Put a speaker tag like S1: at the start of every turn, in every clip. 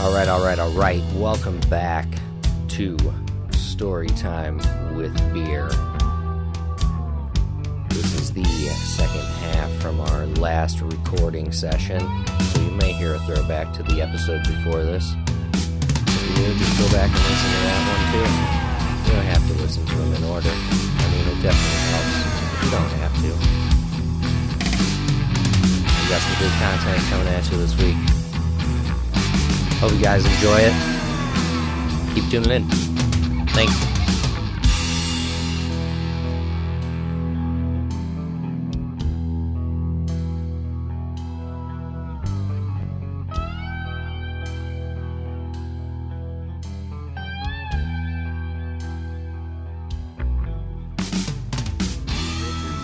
S1: All right, all right, all right. Welcome back to Story Time with Beer. This is the second half from our last recording session, so you may hear a throwback to the episode before this. If you do, just go back and listen to that one too. You don't have to listen to them in order. I mean, it definitely helps. You don't have to. We got some good content coming at you this week. Hope you guys enjoy it. Keep tuning in. Thanks.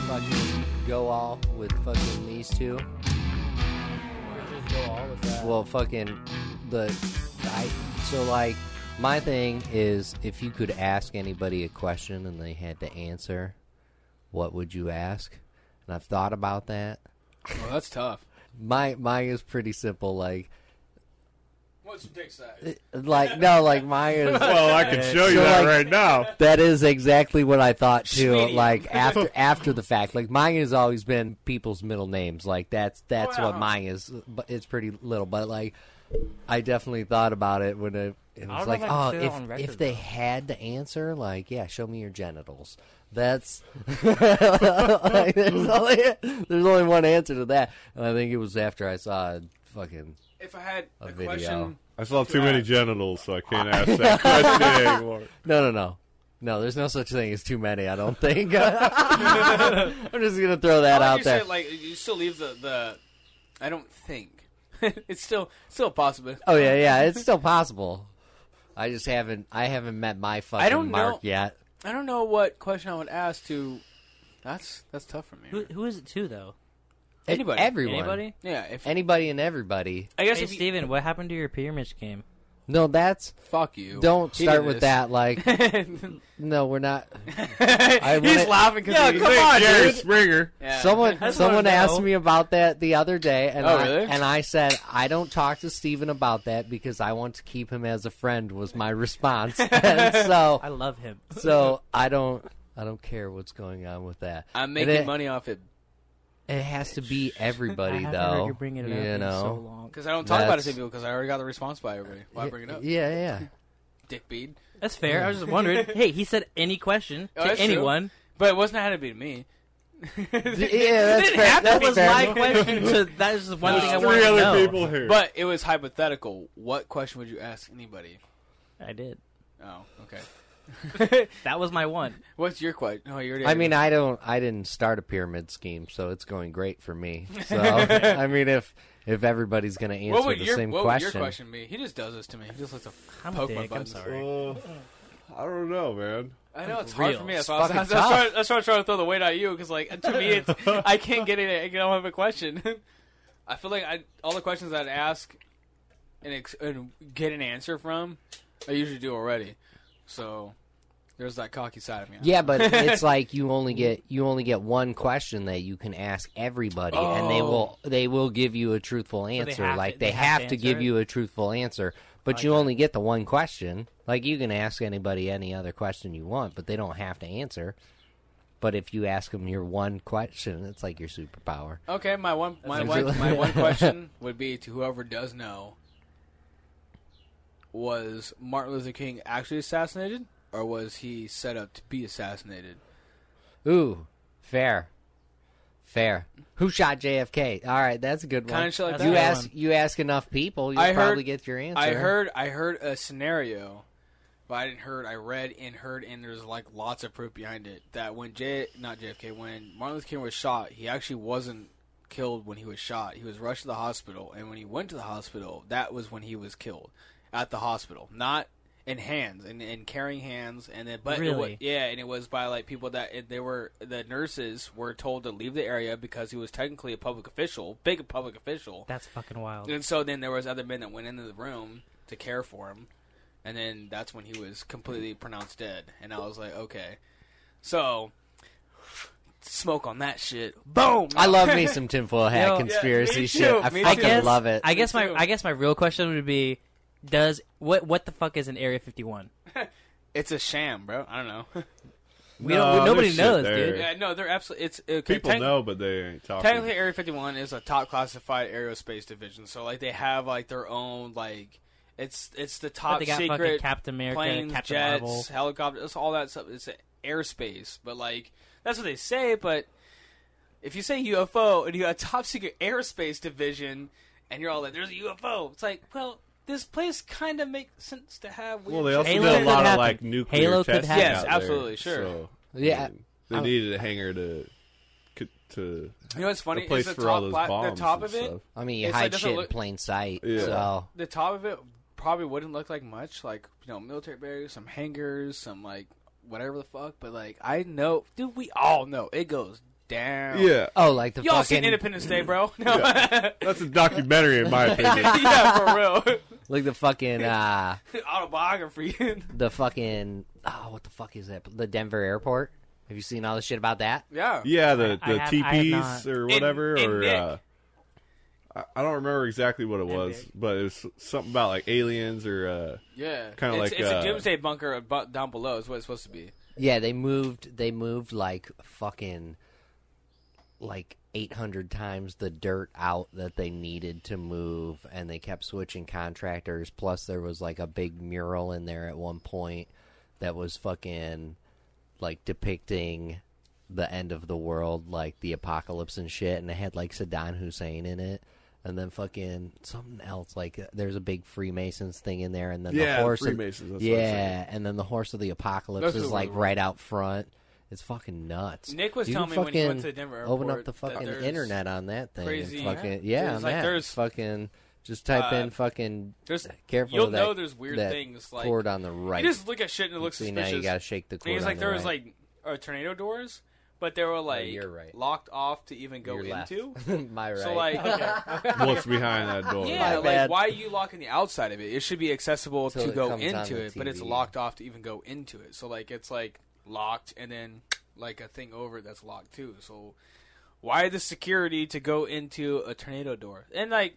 S1: Fucking go all with fucking these two. Well, fucking the I so like my thing is if you could ask anybody a question and they had to answer, what would you ask? And I've thought about that.
S2: Well, that's tough.
S1: My mine is pretty simple. Like
S2: What's your dick size?
S1: like no, like mine is.
S3: Well, I can show you
S1: So,
S3: that
S1: like-
S3: right now.
S1: That is exactly what I thought too.
S2: Schmedium.
S1: Like after after the fact, like mine has always been people's middle names. Like that's that's
S2: Oh, yeah.
S1: what mine is. But it's pretty little. But like, I definitely thought about it when it, it was
S4: know
S1: like,
S4: if I can
S1: oh,
S4: say that
S1: if
S4: on record,
S1: if they
S4: though.
S1: had to answer, like, yeah, show me your genitals. That's like, there's only there's only one answer to that, and I think it was after I saw fucking
S2: If I had a,
S1: video.
S2: question,
S3: I still have too many genitals, so I can't ask that question anymore.
S1: No, no, no. No, there's no such thing as too many, I don't think. I'm just going to throw
S2: I
S1: that
S2: like
S1: out
S2: you
S1: there.
S2: said, like you still leave the, the I don't think it's still still possible.
S1: oh, yeah, yeah, it's still possible. I just haven't I haven't met my fucking
S2: don't
S1: mark
S2: know.
S1: yet.
S2: I don't know what question I would ask to. That's that's tough for me.
S4: Who, who is it to though?
S2: Anybody.
S1: E- Everyone.
S4: Anybody?
S2: yeah, if
S1: Anybody and everybody.
S2: I guess
S4: Hey
S2: if you,
S4: Steven, what happened to your pyramid scheme?
S1: No, that's
S2: fuck you.
S1: don't
S2: He
S1: start
S2: did
S1: with
S2: this.
S1: that like no, we're not.
S2: He's
S1: wanna-
S2: laughing because
S4: Yeah,
S2: he,
S4: come
S3: Hey,
S4: on,
S3: Jerry
S4: dude.
S3: Springer.
S2: Yeah.
S1: Someone
S4: wanna
S1: someone asked
S4: know.
S1: me about that the other day, and
S2: Oh,
S1: I
S2: really?
S1: and I said I don't talk to Steven about that because I want to keep him as a friend. Was my response, and so
S4: I love him.
S1: so I don't I don't care what's going on with that.
S2: I'm
S1: And
S2: making
S1: it,
S2: money off it
S1: It has to be
S4: I
S1: everybody
S4: haven't
S1: though.
S4: heard you bring it up
S1: you
S4: in
S1: know.
S4: so long.
S2: because I don't talk about it
S1: That's-
S2: to people because I already got the response by everybody. Why bring it up?
S1: Yeah, yeah.
S2: Dick bead.
S4: That's fair. I was just wondering. hey, he said any question
S2: Oh,
S4: to
S2: that's true.
S4: anyone.
S2: But it wasn't had to be to me.
S1: yeah, that's
S2: It
S1: fair.
S2: happened.
S1: That's
S4: That was
S1: fair.
S4: my question. To that is the one thing I
S3: There's
S4: wanted
S3: three
S4: to
S3: other
S4: know.
S3: people here.
S2: But it was hypothetical. What question would you ask anybody?
S4: I did.
S2: Oh, okay.
S4: That was my one.
S2: What's your question? No, you already.
S1: I mean, I don't. I didn't start a pyramid scheme, so it's going great for me. So I mean, if if everybody's going to answer
S2: what would
S1: the
S2: your
S1: same
S2: what
S1: question,
S2: would your question be? He just does this to me. He just likes to
S4: I'm a
S2: poke my
S4: dick, I'm
S2: buttons.
S4: sorry.
S3: Uh, I don't know, man.
S2: I know it's hard
S4: Real.
S2: for me. That's
S4: It's
S2: why I was,
S1: fucking
S2: that's why I was
S1: tough.
S2: trying, that's why I was trying to throw the weight at you because, like, to me, it's I can't get it. I don't have a question. I feel like I all the questions I'd ask and ex- and get an answer from, I usually do already. So there's that cocky side of me.
S1: Yeah, but it's like you only get you only get one question that you can ask everybody, and they
S2: Oh.
S1: will they will give you a truthful
S4: they
S1: answer.
S4: have
S1: like
S4: to-
S1: they, have, to, give
S4: answer it?
S1: you a truthful answer, but you only get the one question. Like you can ask anybody any other question you want, but they don't have to answer. But if you ask them your one question, it's like your superpower.
S2: Okay, my one my
S1: That's
S2: one
S1: usually-
S2: my one question would be to whoever does know was Martin Luther King actually assassinated or was he set up to be assassinated?
S1: Ooh, fair, fair. Who shot JFK? All right, that's a good one.
S2: Kinda shit like
S4: That's
S1: you
S4: a good
S1: ask
S4: one.
S1: you ask enough people, you'll
S2: I heard-
S1: probably get your answer.
S2: I heard I heard a scenario, but I didn't heard I read and heard and there's like lots of proof behind it that when J not JFK when Martin Luther King was shot, he actually wasn't killed when he was shot. He was rushed to the hospital, and when he went to the hospital, that was when he was killed at the hospital, not in hands and and carrying hands and then but it wa-
S4: Really?
S2: yeah and it was by like people that it, they were the nurses were told to leave the area because he was technically a public official big public official
S4: That's fucking wild.
S2: and so then there was other men that went into the room to care for him, and then that's when he was completely pronounced dead. And I was like, okay, so smoke on that shit. Boom.
S1: I love me some tinfoil hat
S4: Yo, yeah,
S1: conspiracy
S2: me
S1: shit.
S2: too,
S1: I
S2: me
S1: fucking
S2: too.
S1: love it.
S4: I guess
S2: Me
S4: my
S2: too.
S4: I guess my real question would be does what? What the fuck is an Area 51?
S2: It's a sham, bro. I don't know.
S4: We don't- we- nobody
S3: there's
S4: knows,
S3: shit
S4: dude.
S3: there.
S2: yeah, no, they're absolutely. It's uh, okay,
S3: People
S2: tec-
S3: know, but they ain't talking.
S2: Technically, Area 51 is a top classified aerospace division. So like they have like their own like it's it's the
S4: But
S2: top
S4: they got fucking
S2: secret
S4: Captain America,
S2: planes,
S4: Captain
S2: jets,
S4: Marvel.
S2: helicopters, it's all that stuff. It's airspace, but like that's what they say. But if you say UFO and you got a top secret airspace division, and you're all like, "There's a UFO," it's like, well, this place kind of makes sense to have. Weird
S3: well, they also
S4: Halo
S3: did
S4: could
S3: a lot
S4: happen.
S3: of like nuclear
S4: Halo could
S3: testing
S4: happen.
S2: Yes,
S3: out
S2: absolutely,
S3: there,
S2: sure.
S3: so, I
S1: Yeah,
S3: mean, they
S1: I-
S3: needed a hangar to c- to
S2: you know what's funny?
S3: a place
S2: is the
S3: for all
S2: top,
S3: those
S2: pla-
S3: bombs
S2: the top
S3: and
S2: of it,
S3: stuff.
S1: I mean, you
S2: It's like,
S1: hide
S2: doesn't
S1: shit in
S2: look-
S1: plain sight.
S3: Yeah.
S1: So
S2: the top of it probably wouldn't look like much, like you know, military barriers, some hangars, some like whatever the fuck. But like, I know, dude, we all know it goes down.
S3: Yeah,
S1: oh, like the
S2: y'all seen
S1: fucking
S2: Independence Day, bro? No, yeah,
S3: that's a documentary in my opinion.
S2: for real,
S1: like the fucking uh
S2: autobiography.
S1: the fucking oh what the fuck is that? The Denver airport. Have you seen all the shit about that?
S2: yeah,
S3: Yeah, the
S4: I
S3: the
S4: have- I have
S3: TPs
S4: not.
S3: or whatever,
S2: in
S3: or
S2: Nick.
S3: uh, I, I don't remember exactly what it was,
S4: Nick.
S3: but it was something about like aliens or uh,
S2: yeah.
S3: Kinda
S2: it's,
S3: like,
S2: it's
S3: uh,
S2: a doomsday bunker abo- down below. Is what it's supposed to be.
S1: Yeah, they moved. They moved like fucking like 800 times the dirt out that they needed to move, and they kept switching contractors. Plus, there was like a big mural in there at one point that was fucking like depicting the end of the world, like the apocalypse and shit, and it had like Saddam Hussein in it. And then fucking something else like there's a big Freemasons thing in there, and then
S3: Yeah,
S1: the
S3: the
S1: horse of-
S3: Freemasons, that's what I'm
S1: yeah, and then the horse of the apocalypse
S2: That's
S1: is
S2: the
S1: like
S2: one.
S1: right out front. It's fucking nuts.
S2: Nick was
S1: You can
S2: telling me when he went
S1: fucking
S2: to Denver
S1: Open up
S2: airport
S1: the
S2: that
S1: fucking
S2: there's
S1: internet on that thing. and
S2: crazy-
S1: fucking,
S2: Yeah.
S1: yeah,
S2: There's,
S1: on
S2: like,
S1: that.
S2: there's-
S1: fucking just type
S2: uh,
S1: in fucking
S2: There's
S1: careful.
S2: you'll
S1: of that,
S2: know there's weird
S1: that
S2: things, like-
S1: cord on the right.
S2: you just look at shit and it looks
S1: See
S2: suspicious.
S1: now you gotta shake the cord.
S2: And he's
S1: on
S2: like,
S1: the
S2: there was
S1: right.
S2: like uh, tornado doors, but they were like
S1: you're right.
S2: locked off to even go
S1: Your left.
S2: into.
S1: my right.
S2: So like,
S3: what's behind that door.
S2: yeah,
S1: My
S2: like
S1: bad.
S2: why are you locking the outside of it? It should be accessible
S1: Till
S2: to
S1: it
S2: go
S1: comes on
S2: into
S1: the
S2: it, but it's
S1: TV.
S2: locked off to even go into it. So like, it's like locked, and then like a thing over it that's locked too. So why the security to go into a tornado door? And like,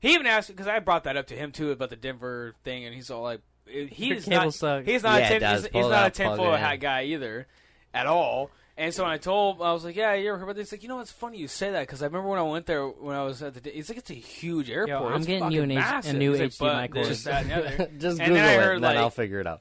S2: he even asked because I brought that up to him too about the Denver thing, and he's all like, he
S4: Your
S2: is
S4: cable
S2: not,
S4: sucks.
S2: he's not
S1: Yeah, it
S2: a tin,
S1: does.
S2: he's, he's
S1: Pull it
S2: not a
S1: out, plug
S2: tin
S1: it
S2: foil
S1: in.
S2: hat guy either at all. And so when I told, him, I was like, "Yeah, you ever heard about this?" He's like, you know, it's funny you say that because I remember when I went there when I was at the. d- It's like it's a huge airport.
S4: I'm
S2: It's
S4: getting you
S2: fucking
S4: an H- a
S2: massive.
S4: new
S2: He's like,
S4: HDMI
S2: "But there's
S4: cord."
S2: Just that and the other.
S1: just
S2: And
S1: Google
S2: then I
S1: it,
S2: heard,
S1: and then I'll
S2: like-
S1: figure it out.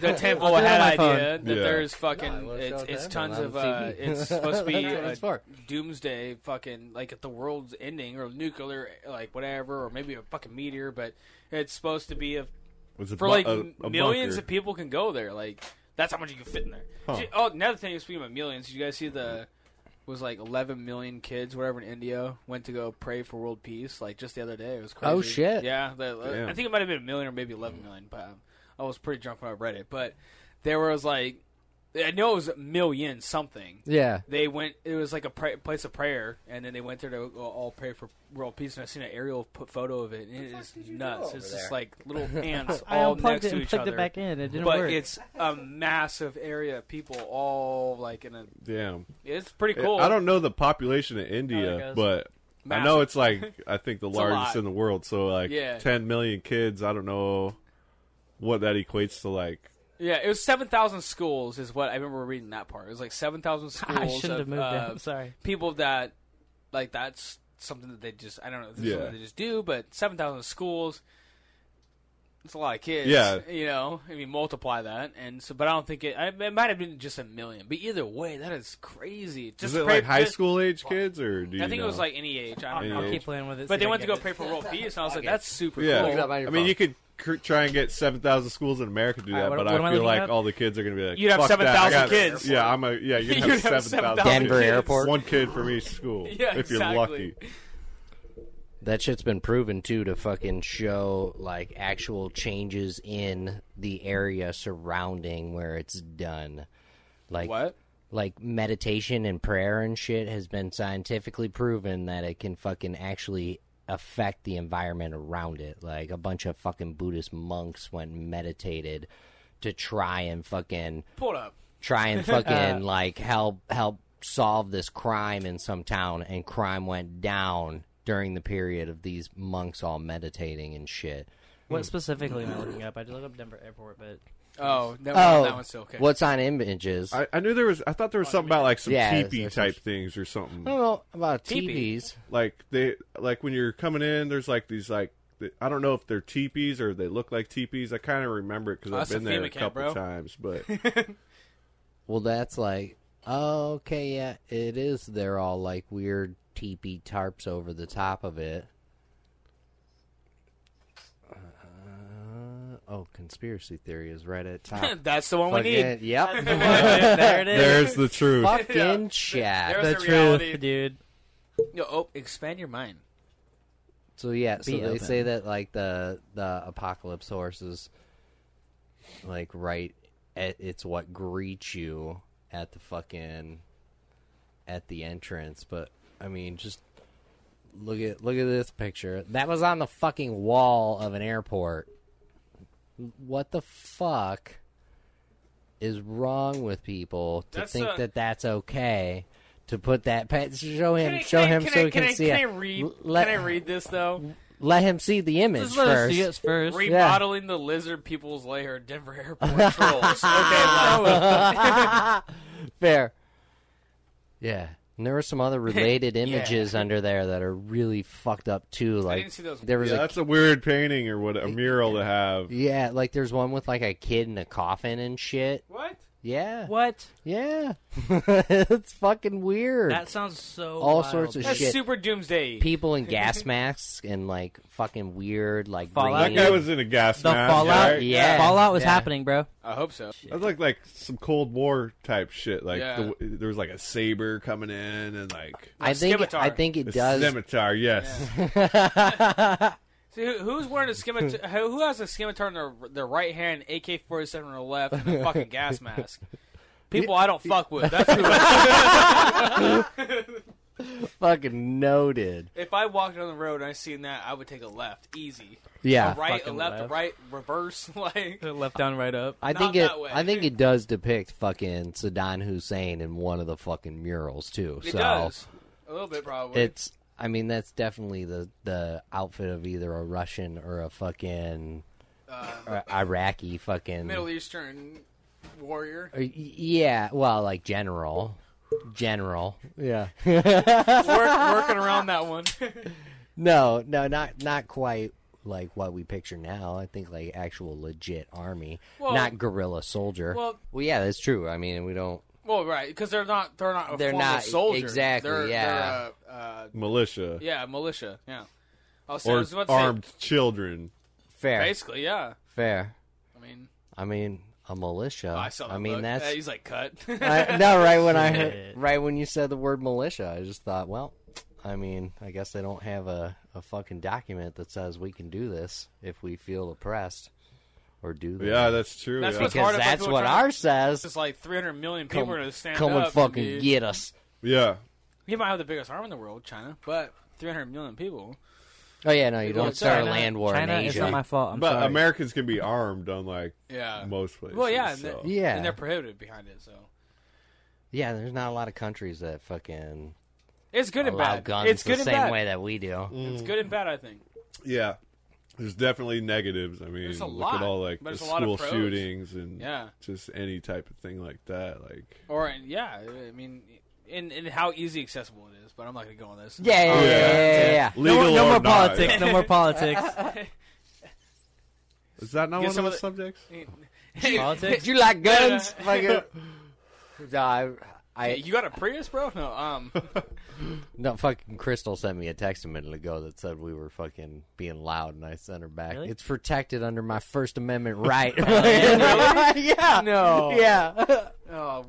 S2: the ten foot
S4: I'll do it on
S2: hat
S4: my phone.
S2: idea that
S3: Yeah.
S2: there's
S1: No, I
S2: fucking
S1: won't show
S2: it's,
S1: it
S2: it's
S1: to
S2: tons
S1: him
S2: of
S1: on
S2: uh,
S1: TV.
S2: it's supposed to be
S1: That's what
S2: a
S1: it's for.
S2: doomsday fucking like at the world's ending or nuclear like whatever or maybe a fucking meteor but it's supposed to be a
S3: was a
S2: for
S3: bu-
S2: like
S3: a- a
S2: millions
S3: bunker.
S2: of people can go there. Like that's how much you can fit in there.
S3: Huh.
S2: Shit, Oh, another thing. Speaking about millions, did you guys see the was like 11 million kids, whatever, in India went to go pray for world peace. Like just the other day, it was crazy.
S1: Oh, shit.
S2: Yeah, the- uh,
S3: Damn.
S2: I think it might have been a million or maybe 11 million, but um, I was pretty drunk when I read it. But there was like I know it was a million something
S1: Yeah.
S2: they went. It was like a pra- place of prayer, and then they went there to go all pray for world peace. And I seen an aerial put photo of it, and it is nuts.
S1: over
S2: It's
S1: there?
S2: just like little ants
S4: I
S2: all
S4: unplugged
S2: next
S4: it
S2: to
S4: and
S2: each
S4: plugged
S2: other.
S4: it back in. It didn't
S2: but
S4: work.
S2: it's a massive area of people all like in a.
S3: Damn,
S2: It's pretty cool.
S3: I don't know the population of
S4: there
S3: India,
S4: goes.
S3: but I know
S2: Massive.
S3: it's like I think
S2: a
S3: the largest
S2: lot.
S3: in the world. So like
S2: Yeah.
S3: ten million kids. I don't know what that equates to. Like
S2: Yeah, it was seven thousand schools is what I remember reading that part. It was like seven thousand schools.
S4: I shouldn't
S2: of,
S4: have moved
S2: uh,
S4: that. I'm sorry.
S2: people that like that's something that they just I don't know this is
S3: Yeah.
S2: something they just do, but seven thousand schools. It's a lot of kids.
S3: Yeah.
S2: you know, I mean, multiply that, and so, but I don't think it. I, it might have been just a million, but either way, that is crazy. Just
S3: is it
S2: pray-
S3: like high
S2: just-
S3: school age kids or do you
S2: I think it was
S3: know?
S2: like any age. I don't
S3: Any
S2: know.
S4: I'll
S3: age.
S4: keep playing with it.
S2: But
S4: see
S2: they
S4: if I
S2: went to
S4: get
S2: go
S4: it.
S2: pray for world peace, and I was like,
S1: Okay.
S2: that's super
S3: Yeah,
S1: Look it up
S2: cool.
S1: on your
S3: I mean,
S1: phone.
S3: you could cr- try and get seven thousand schools in America to do that,
S4: Alright, what-
S3: but
S4: what am I
S3: I feel
S4: looking
S3: like
S4: up?
S3: all the kids are going to be like,
S2: You'd have
S3: "Fuck that,
S2: 7,000
S3: I got-
S2: kids.
S3: Yeah, I'm a yeah. You'd have,
S2: You'd have
S3: 7,000
S2: 7,000
S1: Denver
S2: kids.
S1: Airport.
S3: One kid from each school,
S2: Yeah,
S3: if you're
S2: exactly.
S3: lucky.
S1: That shit's been proven too to fucking show like actual changes in the area surrounding where it's done. Like
S2: What?
S1: Like meditation and prayer and shit has been scientifically proven that it can fucking actually affect the environment around it. Like a bunch of fucking Buddhist monks went and meditated to try and fucking
S2: Pull it up.
S1: try and fucking like help help solve this crime in some town and crime went down during the period of these monks all meditating and shit
S4: What specifically am I looking up? I just looked up Denver Airport, but
S2: Oh, that,
S1: Oh.
S2: One, that one's still okay.
S1: What's on images? I
S3: I, I knew there was. I thought there was something about like some
S1: Yeah,
S3: teepee
S1: there's-
S3: type things or something.
S1: don't know about
S2: Teepee.
S1: TVs.
S3: Like they like when you're coming in, there's like these like the, I don't know if they're teepees or they look like teepees. I kind of remember it because
S2: Oh,
S3: I've
S2: that's
S3: been
S2: a
S3: there a
S2: FEMA camp, bro.
S3: couple times. But
S1: Well, that's like okay, yeah, it is. They're all like weird teepee tarps over the top of it. Uh, oh, conspiracy theory is right at top.
S2: That's the one we need.
S1: Fucking- Yep.
S4: there it is.
S3: there's the truth.
S1: Fucking
S2: There's
S1: chat.
S4: the
S2: the
S4: truth,
S2: reality.
S4: dude.
S2: No, oh, expand your mind.
S1: So yeah, so
S4: Be
S1: they
S4: open.
S1: say that like the the apocalypse horse is like right at, it's what greets you at the fucking at the entrance, but I mean just look at look at this picture. That was on the fucking wall of an airport. What the fuck is wrong with people to
S2: That's
S1: think
S2: a-
S1: that that's okay? To put that, pa- show him,
S2: Can I-
S1: show
S2: can I-
S1: him,
S2: can
S1: so
S2: I-
S1: he can,
S2: I-
S1: see
S2: Can I
S1: it.
S2: read?
S1: Let-
S2: Can I read this though?
S1: let him see the image
S4: Just let us see
S1: first.
S4: us first.
S2: Remodeling the lizard people's lair, at Denver Airport trolls. Okay, like,
S1: Fair. Yeah. And there were some other related images under there that are really fucked up too. Like
S2: didn't see those.
S1: there was
S3: Yeah,
S1: a
S3: that's a weird painting or what a mural to have.
S1: yeah, like there's one with like a kid in a coffin and shit.
S2: what?
S1: Yeah,
S4: What?
S1: yeah, it's fucking weird.
S4: That sounds so.
S1: All
S4: wild.
S1: sorts of
S2: That's
S1: Shit.
S2: super doomsday.
S1: People in gas masks and like fucking weird like
S4: Fallout
S3: That
S1: green-
S3: guy was in a gas
S4: The
S3: mask.
S4: fallout.
S3: right?
S1: Yeah.
S4: Fallout was
S1: Yeah.
S4: happening, bro.
S2: I hope so.
S3: That's like like some Cold War type shit. Like
S2: Yeah.
S3: the, there was like a saber coming in and like
S1: I think
S2: Scimitar.
S1: I think it
S3: a
S1: does.
S3: scimitar. Yes,
S2: See, who- who's wearing a scimitar? who who has a scimitar in their their right hand, AK forty seven on their left, and a fucking gas mask? People I don't fuck with. That's who.
S1: fucking noted.
S2: if I walked on the road and I seen that, I would take a left, easy.
S1: Yeah,
S2: a right, a
S4: fucking
S2: left, a
S4: left.
S2: right, reverse. Like
S4: Left down, right up.
S1: I
S2: Not
S1: think it.
S2: that way.
S1: I think it does depict fucking Saddam Hussein in one of the fucking murals too.
S2: it
S1: so
S2: does a little bit probably.
S1: it's. I mean, that's definitely the the outfit of either a Russian or a fucking or Iraqi fucking.
S2: Uh, Middle E- Eastern warrior.
S1: or- yeah, well, like general, general. Yeah.
S2: Work, working around that one.
S1: No, no, not not quite like what we picture now. I think like actual legit army,
S2: Well-
S1: not guerrilla soldier.
S2: well-
S1: well, yeah, that's true. I mean, we don't.
S2: well, right, because they're not they're not a
S1: They're
S2: formal
S1: not-
S2: soldier.
S1: exactly,
S2: They're,
S1: yeah.
S2: They're, uh, uh,
S3: militia
S2: yeah, militia. Yeah. I was, I
S3: or
S2: was about to say-
S3: armed children.
S1: Fair,
S2: Basically, yeah.
S1: fair.
S2: I mean,
S1: I mean, a militia.
S2: I saw. That
S1: mean,
S2: look.
S1: that's
S2: Uh, he's like cut.
S1: I, no right when I heard,
S4: Shit.
S1: right when you said the word militia, I just thought, well, I mean, I guess they don't have a, a fucking document that says we can do this if we feel oppressed or do this.
S3: Yeah, that's true.
S2: That's
S3: yeah.
S2: what's- hard
S1: because
S2: if
S1: that's
S2: people are
S1: what
S2: trying to-
S1: ours says.
S2: It's like 300 million people
S1: Come,
S2: are going to stand
S1: come
S2: up.
S1: and fucking
S2: dude.
S1: get us.
S3: yeah.
S2: You might have the biggest arm in the world, China, but 300 million people.
S1: Oh yeah, no, you
S2: People
S1: don't
S2: in
S1: start a
S2: China-
S1: land war
S4: China,
S1: in
S4: It's
S1: Asia.
S4: not my fault. I'm
S3: But
S4: sorry.
S3: Americans can be armed on like
S2: Yeah.
S3: most places.
S2: well, yeah, and
S3: so.
S2: they're,
S1: Yeah.
S2: and they're prohibited behind it. So
S1: yeah, there's not a lot of countries that fucking
S2: it's good and
S1: allow
S2: bad.
S1: guns
S2: it's good
S1: the
S2: and
S1: same
S2: bad.
S1: way that we do.
S2: It's good and bad. I think.
S3: yeah. There's definitely negatives. I mean,
S2: There's a
S3: look
S2: lot,
S3: at all like
S2: but
S3: the
S2: there's a lot of
S3: school
S2: pros.
S3: shootings and
S2: Yeah.
S3: just any type of thing like that. Like
S2: Or and yeah, I mean, and, and how easy accessible it is. But I'm not going to go on this.
S1: Yeah, yeah, yeah, yeah, yeah, yeah.
S4: no,
S3: legal
S4: more- no
S3: or
S4: more
S3: not.
S4: politics. No more politics.
S3: Is that not
S2: Get
S3: one of
S2: some
S3: the
S2: of the-
S3: subjects?
S2: Um,
S4: Politics.
S1: Do you like guns? Fucking. Nah, I, I,
S2: Hey, you got a Prius, bro? No. Um.
S1: No, fucking Crystal sent me a text a minute ago that said we were fucking being loud, and I sent her back.
S4: Really?
S1: It's protected under my First Amendment right. yeah.
S2: no.
S1: Yeah.
S2: Oh,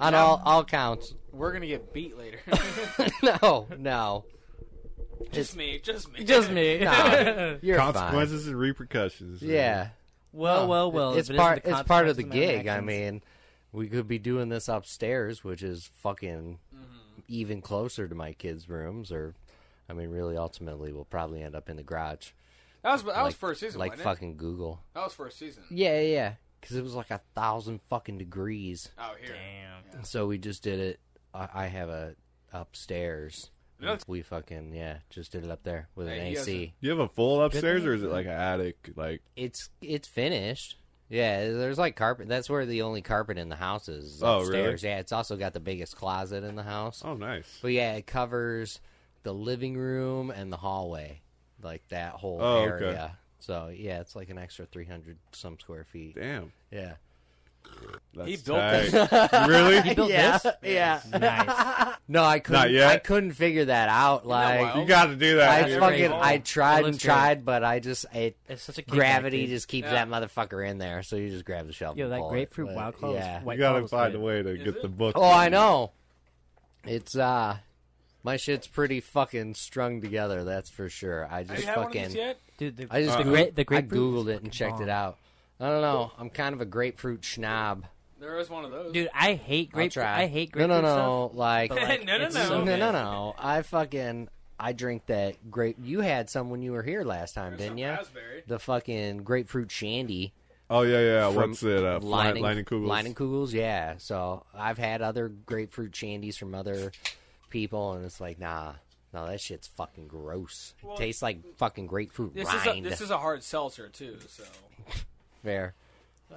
S1: On all all counts.
S2: we're gonna get beat later.
S1: no, no,
S2: just me. Just me.
S4: Just me.
S1: Nah. you're fine.
S3: Consequences and repercussions.
S1: Yeah.
S4: Well, Oh, well, well.
S1: it's
S4: if it
S1: part.
S4: isn't the
S1: It's part of the
S4: consequences
S1: gig.
S4: my
S1: I
S4: actions-
S1: mean, we could be doing this upstairs, which is fucking even closer to my kids' rooms, or. I mean, really, ultimately, we'll probably end up in the garage.
S2: That was that was
S1: like-
S2: first season.
S1: Like
S2: wasn't it?
S1: fucking Google.
S2: That was first season.
S1: Yeah, yeah, yeah. Because it was like a thousand fucking degrees.
S2: Out Oh, here.
S4: Damn.
S1: So we just did it. I, I have a upstairs.
S2: That's-
S1: We fucking yeah, just did it up there with an
S2: Hey, you guys
S1: AC.
S3: Do you have a full upstairs or is it like an attic? Like
S1: It's it's finished. Yeah, there's like carpet. That's where the only carpet in the house is. is
S3: Oh, really?
S1: upstairs. Yeah, it's also got the biggest closet in the house.
S3: oh nice.
S1: But yeah, it covers the living room and the hallway, like that whole
S3: Oh, okay.
S1: area. So yeah, it's like an extra three hundred some square feet.
S3: Damn.
S1: Yeah,
S3: That's
S2: He built
S3: tight. really?
S4: built
S1: yeah,
S4: this?
S1: yeah.
S4: Nice.
S1: No, I couldn't.
S3: Not yet?
S1: I couldn't figure that out. Like
S2: wild?
S3: You got to do that.
S1: I
S3: dude.
S4: That's
S1: fucking
S4: great.
S1: I tried
S4: That
S1: and
S4: looks
S1: tried, but I just it
S4: It's such a kickback,
S1: gravity
S4: dude.
S1: just keeps
S2: Yeah.
S1: that motherfucker in there. So you just grab the shovel.
S4: Yo,
S1: and
S4: that
S1: pull it,
S4: grapefruit
S1: but,
S4: wild claw is
S1: Yeah.
S4: white
S3: you got to
S4: claws,
S3: find a
S4: dude.
S3: way to get
S2: it?
S3: the book.
S1: Oh, I know. It's uh, my shit's pretty fucking strung together. That's for sure. I
S2: Have
S1: just
S2: you had one of these
S1: fucking.
S2: yet?
S4: Dude, the,
S1: I just
S4: the,
S1: Goog-
S4: great, the
S1: I
S4: grapefruit
S1: googled
S4: is
S1: it and
S4: fucking
S1: checked
S4: bomb.
S1: it out. I don't know. I'm kind of a grapefruit schnob.
S2: There is one of those.
S4: Dude, I hate
S1: I'll
S4: grapefruit.
S1: try.
S4: I hate
S1: No,
S4: grapefruit.
S1: no, no. Like,
S4: But, like,
S2: No, no,
S4: it's
S2: no.
S4: so
S1: no,
S4: good.
S1: no, no. I fucking I drink that grape. You had some when you were here last time,
S2: There's some
S1: didn't you?
S2: raspberry.
S1: The fucking grapefruit shandy.
S3: Oh yeah, yeah.
S1: from
S3: What's it? Uh,
S1: Lining,
S3: Lining, Lining Kugels.
S1: Lining Kugels, yeah. So I've had other grapefruit shandies from other people, and it's like, nah, no, that shit's fucking gross.
S2: Well,
S1: Tastes like fucking grapefruit
S2: This is a,
S1: rind.
S2: this is a hard seltzer too. So
S1: Fair.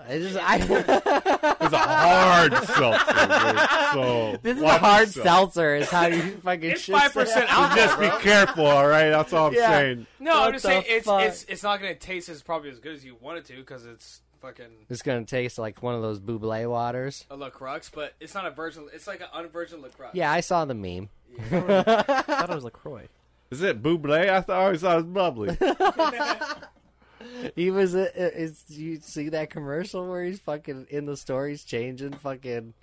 S1: This is, I,
S3: It's a hard seltzer. dude. So
S1: this is a
S3: watch
S1: hard
S3: yourself.
S1: seltzer. Is how you fucking.
S2: it's
S1: should
S2: five
S1: say-
S2: percent
S3: So
S2: alcohol.
S3: Just be careful, all right? That's all I'm
S1: Yeah.
S3: saying.
S2: No,
S1: What
S2: I'm just saying
S1: the
S2: it's
S1: fuck?
S2: it's it's not going to taste as probably as good as you want it to because it's fucking
S1: It's gonna taste like one of those buble waters.
S2: a La Crux, but it's not a virgin. It's like an unvirgin La Crux.
S1: Yeah, I saw the meme.
S4: I thought it was LaCroix.
S3: Is it buble? I, th- I always thought it was bubbly.
S1: He was. uh, uh, It's you see that commercial where he's fucking in the store. He's changing fucking.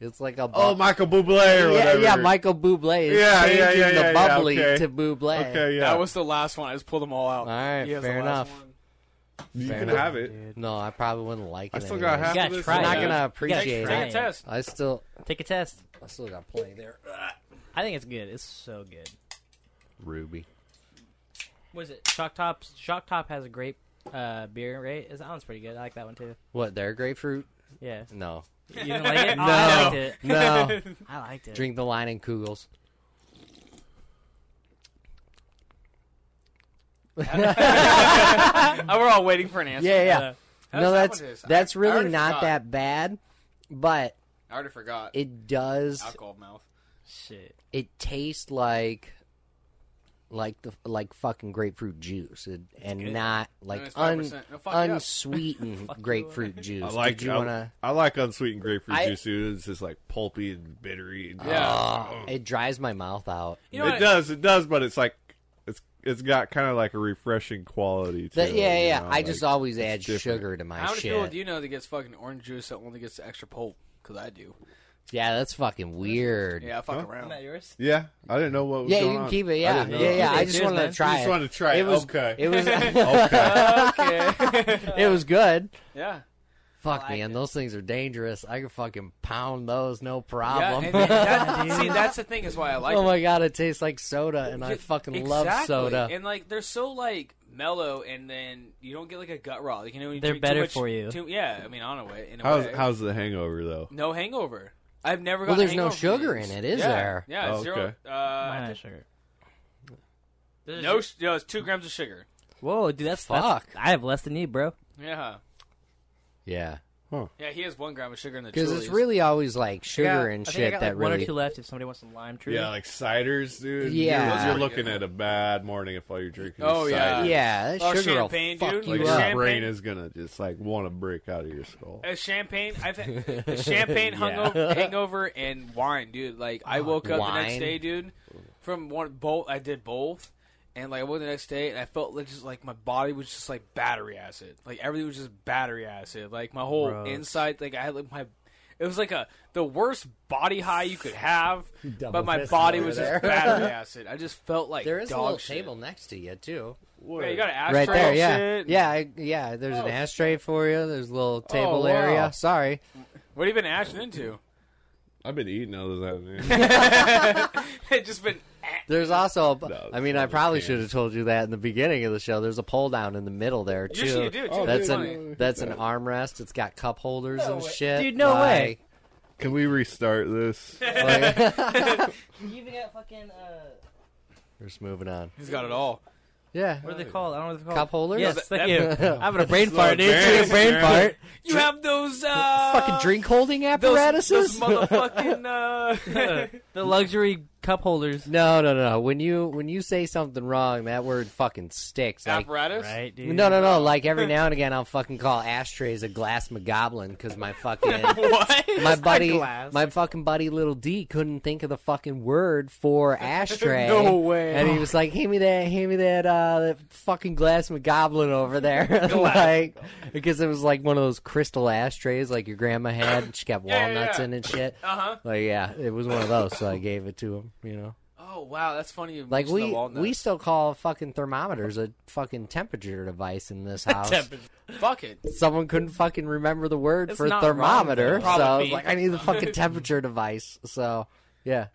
S1: It's like a.
S3: oh, Michael Buble
S1: yeah,
S3: or whatever.
S1: yeah, Michael Bublé is
S3: Yeah, yeah,
S1: changing
S3: yeah,
S1: the
S3: yeah, yeah,
S1: bubbly
S3: okay.
S1: to Bublé.
S3: Okay, yeah.
S2: that was the last one. I just pulled them all out.
S1: All right,
S2: He has the
S1: fair
S2: last
S1: enough.
S2: one.
S3: you
S1: fair
S3: can
S1: enough,
S3: have it.
S1: No, I probably wouldn't like it.
S3: I still got
S1: anyways.
S3: half
S4: You
S3: of
S4: gotta
S3: this.
S4: try
S1: I'm
S4: it.
S1: not
S4: Yeah.
S1: gonna
S4: You gotta
S1: appreciate
S4: try
S2: Take
S1: it.
S2: a test.
S1: I still,
S4: Take a test.
S1: I still got play there.
S4: I think it's good. It's so good.
S1: Ruby.
S4: What is it? Shock Top's Shock Top has a grape uh, beer, right? Is- That one's pretty good. I like that one too.
S1: What? Their grapefruit?
S4: Yeah.
S1: No,
S4: You didn't like it? Oh, I liked it.
S1: no.
S4: I liked it.
S1: Drink the line and Kugels.
S2: Oh, we're all waiting for an answer.
S1: Yeah, yeah.
S4: Uh,
S2: How
S1: no,
S2: does that
S1: that's
S2: one taste? I-
S1: that's
S2: I
S1: really
S2: already
S1: not
S2: forgot.
S1: that bad, but
S2: I already forgot.
S1: it does.
S2: Alcohol mouth.
S4: shit.
S1: It tastes like. Like the like fucking grapefruit juice and, and
S4: good.
S1: not like
S2: it's
S1: un,
S2: 5%. No, fuck you up.
S1: unsweetened grapefruit juice.
S3: I like
S1: Did you
S3: I,
S1: wanna?
S3: I like unsweetened grapefruit
S1: I-
S3: juice. Dude. It's just like pulpy and bittery. And,
S2: Yeah.
S1: Ah, it dries my mouth out.
S2: You know what?
S3: it does. It does, but it's like it's it's got kind of like a refreshing quality to
S1: That-
S3: it.
S1: yeah, yeah.
S3: you
S1: yeah.
S3: know,
S1: I just
S3: like,
S1: always
S3: it's
S1: add
S3: different.
S1: sugar to my
S2: How many people
S1: shit.
S2: do you know that gets fucking orange juice that only gets the extra pulp? Because I do.
S1: Yeah, that's fucking weird. Yeah,
S2: Yeah, I fuck
S3: Huh?
S2: around.
S4: yours?
S3: Yeah, I didn't know what was
S1: you
S3: going
S1: can
S3: on.
S1: keep it.
S3: I
S1: Yeah,
S3: didn't know
S1: yeah,
S3: that.
S1: yeah. I
S4: Okay,
S1: just
S4: cheers,
S1: wanted
S4: man.
S1: to
S4: You
S1: try
S3: I
S1: it.
S3: just wanted to try it.
S1: It was
S3: okay.
S1: it was
S3: okay.
S2: okay.
S1: it was good.
S2: yeah.
S1: Fuck
S4: like
S1: man,
S4: it.
S1: those things are dangerous. I can fucking pound those, no
S2: yeah.
S1: problem.
S2: and then that- see, that's the thing is why I like
S1: oh
S2: it.
S1: my god, it tastes like soda, and I
S2: Yeah,
S1: fucking love
S2: exactly.
S1: soda.
S2: And like they're so like mellow, and then you don't get like a gut raw. Like you know, when you
S4: They're
S2: drink too
S4: better
S2: much-
S4: for you.
S2: Too, yeah, I mean, on a way. In a
S3: How's
S2: way.
S3: how's the hangover though?
S2: no hangover? I've never.
S1: Well,
S2: gotten
S1: there's no
S2: hangover from
S1: sugar
S2: these.
S1: in it, is
S2: yeah.
S1: there?
S2: Yeah,
S3: Oh,
S2: zero.
S3: okay.
S4: Mine
S2: Uh,
S4: has sugar.
S2: no, sh- no, it's two grams of sugar.
S4: Whoa, dude, that's
S1: Fuck.
S4: That's, I have less than you, bro.
S2: Yeah,
S1: Yeah,
S2: yeah. He has one gram of sugar in the.
S1: because it's
S2: Trulies.
S1: really always like sugar
S4: I got-
S1: and
S4: I think
S1: shit
S4: I got
S1: that
S4: like one
S1: really
S4: or two left. If somebody wants some lime, true.
S3: Yeah, like ciders, dude.
S1: Yeah.
S3: You're- you're looking at a bad morning if all you're drinking.
S2: Oh,
S3: is
S2: yeah.
S3: cider.
S1: yeah, that
S2: Oh,
S1: sugar will
S2: champagne,
S1: fuck
S2: dude.
S1: you
S3: Like
S2: You
S1: up.
S3: your
S2: champagne?
S3: brain is gonna just like want to break out of your skull.
S2: Uh, champagne. I've had a champagne hungover, hangover and wine, dude. Like I woke up the next
S1: Wine?
S2: day, dude, from one both. I did both, and like I woke the next day, and I felt like just like my body was just like battery acid. Like everything was just battery acid. Like my whole
S4: Gross.
S2: inside, like I had like my. It was like a the worst body high you could have,
S1: Double
S2: but my
S1: fist
S2: body
S1: over
S2: was
S1: there.
S2: just battery acid. I just felt like
S1: There is
S2: dog
S1: a little
S2: shit.
S1: table next to you too.
S2: Yeah, you got an ashtray
S1: right there.
S2: and
S1: Yeah,
S2: shit.
S1: yeah, I, yeah. There's
S2: Oh.
S1: an ashtray for you. There's a little table
S3: wow.
S1: area. Sorry,
S2: What have you been ashing into?
S3: I've been eating all this afternoon.
S2: It just been.
S1: there's also. a-
S3: No,
S1: I mean,
S3: no,
S1: I
S3: we
S1: probably
S3: can't.
S1: should have told you that in the beginning of the show. There's a pull down in the middle there too.
S2: Usually you do too.
S3: Oh,
S1: That's
S2: It's
S3: dude.
S2: funny.
S1: an that's an armrest. It's got cup holders and
S4: way.
S1: shit.
S4: Dude, no way.
S3: Can we restart this?
S1: like- like-
S4: You even got fucking uh,
S1: We're just moving on.
S2: He's got it all.
S1: Yeah.
S4: What are they called? I don't know what they're called.
S1: Cup holders?
S4: Yes,
S2: Yeah,
S4: thank you.
S1: that- that-
S4: I'm having a brain
S3: Slow
S4: fart, dude.
S3: dance,
S4: brain
S3: man.
S4: fart.
S2: You have those uh,
S1: Fucking drink holding
S2: those,
S1: apparatuses?
S2: those motherfucking. Uh,
S4: the luxury cup holders.
S1: no, no, no. When you when you say something wrong, that word fucking sticks. Like,
S2: apparatus.
S4: Right, dude.
S1: no, no, no. Like every now and again, I'll fucking call ashtrays a glass McGoblin because my fucking
S2: What?
S1: my buddy,
S4: glass.
S1: my fucking buddy, little D, couldn't think of the fucking word for ashtray.
S2: No way.
S1: And he was like, "Hand me that, hand me that, uh, that fucking glass McGoblin over there." like, because it was like one of those crystal ashtrays like your grandma had, and she got
S2: Yeah, yeah,
S1: walnuts
S2: yeah.
S1: in and shit.
S2: Uh huh.
S1: Like, yeah, it was one of those, so I gave it to him. You know,
S2: Oh wow, that's funny. you
S1: like
S2: mentioned the
S1: we
S2: walnut.
S1: we still call fucking thermometers a fucking temperature device in this house.
S2: fuck it.
S1: Someone couldn't fucking remember the word
S4: It's
S1: for
S4: not
S1: thermometer, so
S4: wrong, though.
S1: I was
S4: Probably.
S1: like, I need the fucking temperature device. So yeah.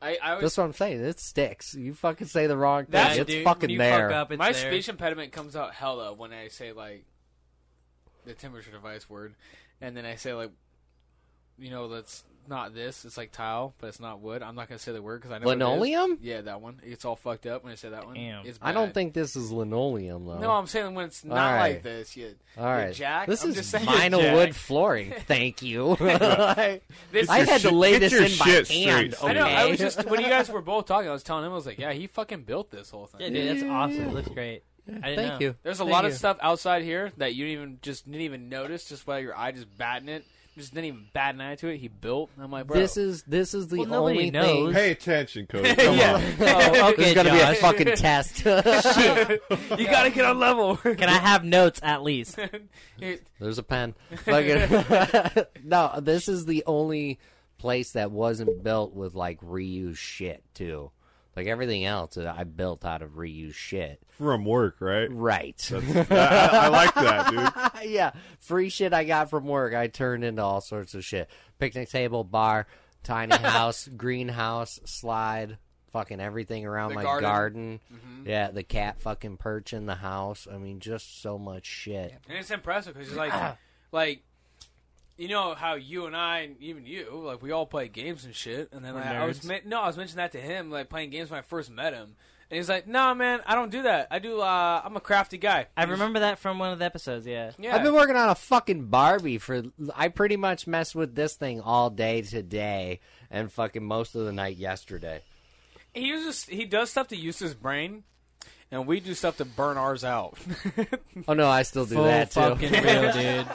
S2: I, I always,
S1: That's what I'm saying. It sticks. You fucking say the wrong thing.
S2: That's-
S1: it's
S4: dude, when
S1: fucking
S4: you
S1: there.
S4: Fuck up, it's
S2: my
S4: there.
S2: speech impediment comes out hella when I say like the temperature device word, and then I say like, you know, that's not this. It's like tile, but it's not wood. I'm not gonna say the word because I know what it is.
S1: Linoleum?
S2: Yeah, that one. It's all fucked up when I say that one.
S4: Damn.
S2: It's bad.
S1: I don't think this is linoleum though.
S2: No, I'm saying when it's not
S1: All right.
S2: like this. You,
S1: All right.
S2: you jack.
S1: this
S2: I'm
S1: is
S2: just saying you're
S1: vinyl
S2: jack.
S1: wood flooring. Thank you. I
S2: This
S1: I
S2: is-
S3: your
S1: had to
S3: shit-
S1: lay
S3: get
S1: this
S3: your
S1: in by
S3: shit
S1: hand.
S3: straight,
S1: Okay.
S2: I know. I was just when you guys were both talking, I was telling him I was like, yeah, he fucking built this whole thing.
S4: Yeah, dude, that's awesome. It looks great. I didn't
S1: Thank
S4: know.
S1: you.
S2: There's a
S1: Thank
S2: lot
S1: you.
S2: of stuff outside here that you didn't even just didn't even notice, just by your eye just batting it, just didn't even bat an eye to it. He built. I'm like, bro,
S1: This is this is the
S4: Well, nobody
S1: only
S4: knows.
S1: thing.
S3: Pay attention, Cody. Come
S2: Yeah.
S3: on.
S4: Oh, okay,
S1: There's gonna be a
S4: Josh.
S1: fucking test.
S2: you gotta get on level.
S4: Can I have notes at least?
S2: It-
S1: There's a pen. Fucking no, this is the only place that wasn't built with like reused shit too. Like everything else, that I built out of reused shit.
S3: From work, right?
S1: Right.
S3: I, I, I like that, dude.
S1: yeah, free shit I got from work. I turned into all sorts of shit: picnic table, bar, tiny house, greenhouse, slide, fucking everything around
S2: The
S1: my garden. Mm-hmm.
S2: garden.
S1: Yeah, the cat fucking perch in the house. I mean, just so much shit.
S2: And it's impressive because like, like, you know how you and I, and even you, like we all play games and shit. And then like, I was
S4: nerds.
S2: men- no, I was mentioning that to him, like playing games when I first met him. And he's like, "Nah, man, I don't do that. I do. uh I'm a crafty guy."
S4: I remember that from one of the episodes. Yeah.
S2: Yeah,
S1: I've been working on a fucking Barbie for. I pretty much messed with this thing all day today and fucking most of the night yesterday.
S2: he uses he does stuff to use his brain, and we do stuff to burn ours out.
S1: Oh no, I still do
S4: Full
S1: that too.
S4: fucking real, dude.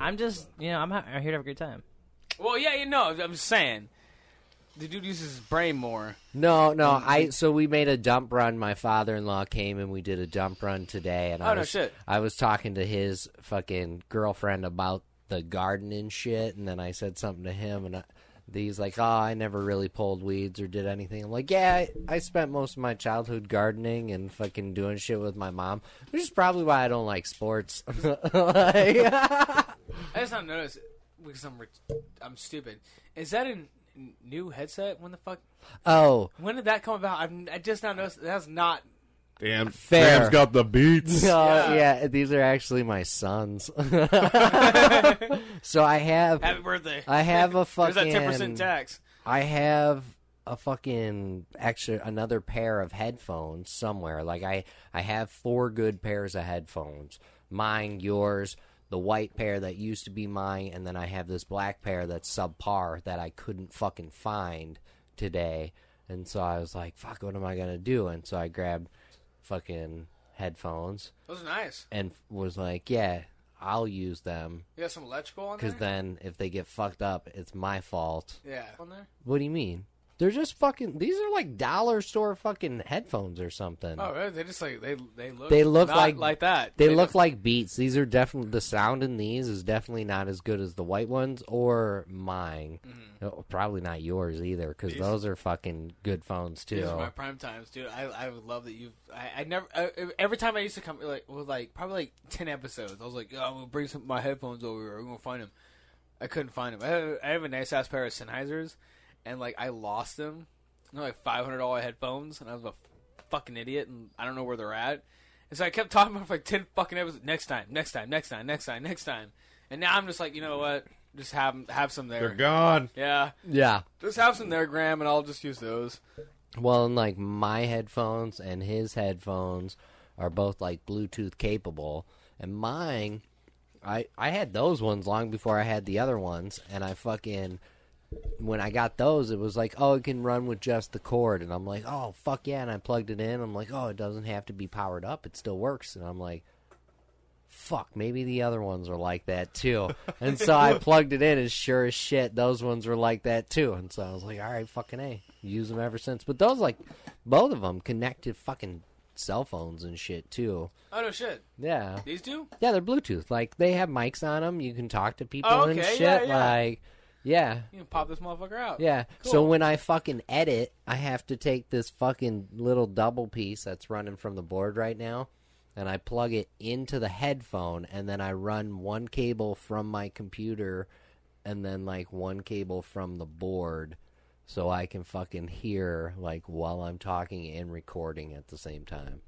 S4: I'm just, you know, I'm, ha- I'm here to have a good time.
S2: well, yeah, you know, I'm just saying, the dude uses his brain more.
S1: No, no.
S2: Um,
S1: I so we made a dump run. My father-in-law came and we did a dump run today. And I
S2: Oh, no
S1: was,
S2: shit.
S1: I was talking to his fucking girlfriend about the garden and shit, and then I said something to him, and I, he's like, "Oh, I never really pulled weeds or did anything." I'm like, "Yeah, I, I spent most of my childhood gardening and fucking doing shit with my mom, which is probably why I don't like sports." Like-
S2: I just not noticed because I'm re- I'm stupid. Is that a n- new headset? When the fuck?
S1: oh,
S2: When did that come about? I'm, I just now noticed. That's not.
S3: Damn,
S1: Fair.
S3: Sam's got the beats.
S1: Oh, yeah, these are actually my sons. so I have
S2: Happy birthday.
S1: I have a
S2: There's
S1: fucking.
S2: that ten percent tax.
S1: I have a fucking extra another pair of headphones somewhere. Like I, I have four good pairs of headphones. Mine, yours, the white pair that used to be mine, and then I have this black pair that's subpar that I couldn't fucking find today. And so I was like, "Fuck, what am I gonna do?" And so I grabbed fucking headphones
S2: Those are nice.
S1: and was like, "Yeah, I'll use them."
S2: You got some electrical on there.
S1: Because then, if they get fucked up, it's my fault.
S2: yeah, on there.
S1: What do you mean? They're just fucking. These are like dollar store fucking headphones or something.
S2: Oh, really? They just like they they look.
S1: They look
S2: not
S1: like-
S2: like that.
S1: they look like Beats. These are definitely the sound in these is definitely not as good as the white ones or mine.
S2: Mm-hmm.
S1: Oh, Probably not yours either, because those are fucking good phones too.
S2: These are my prime times, dude. I I would love that you. I, I never. I, every time I used to come, like, well, like probably like ten episodes. I was like, oh, I'm gonna bring some my headphones over. I'm gonna find them. I couldn't find them. I have, I have a nice ass pair of Sennheisers, and like I lost them. And They're like five hundred dollar headphones, and I was a fucking idiot, and I don't know where they're at. And so I kept talking about it for like ten fucking episodes. Next time, next time, next time, next time, next time. And now I'm just like, you know what? Just have 'em- have some there.
S3: They're gone.
S2: yeah,
S1: yeah,
S2: just have some there, Graham, and I'll just use those.
S1: Well, and like my headphones and his headphones are both like Bluetooth capable, and mine, I I had those ones long before I had the other ones, and I fucking when I got those, it was like, oh, it can run with just the cord, and I'm like, oh fuck yeah, and I plugged it in. I'm like, oh, it doesn't have to be powered up; it still works, and I'm like. Fuck, maybe the other ones are like that too. And so I plugged it in, and sure as shit, those ones were like that too. And so I was like, all right, fucking A. Use them ever since. But those, like, both of them connect to fucking cell phones and shit too.
S2: Oh no, shit.
S1: Yeah.
S2: These two?
S1: Yeah, they're Bluetooth. Like they have mics on them. You can talk to people
S2: Oh,
S1: and
S2: okay,
S1: shit.
S2: yeah, yeah.
S1: Like, yeah,
S2: You can pop this motherfucker out.
S1: yeah. So
S2: Cool.
S1: when I fucking edit, I have to take this fucking little double piece that's running from the board right now, and I plug it into the headphone, and then I run one cable from my computer, and then like one cable from the board. So I can fucking hear like while I'm talking and recording at the same time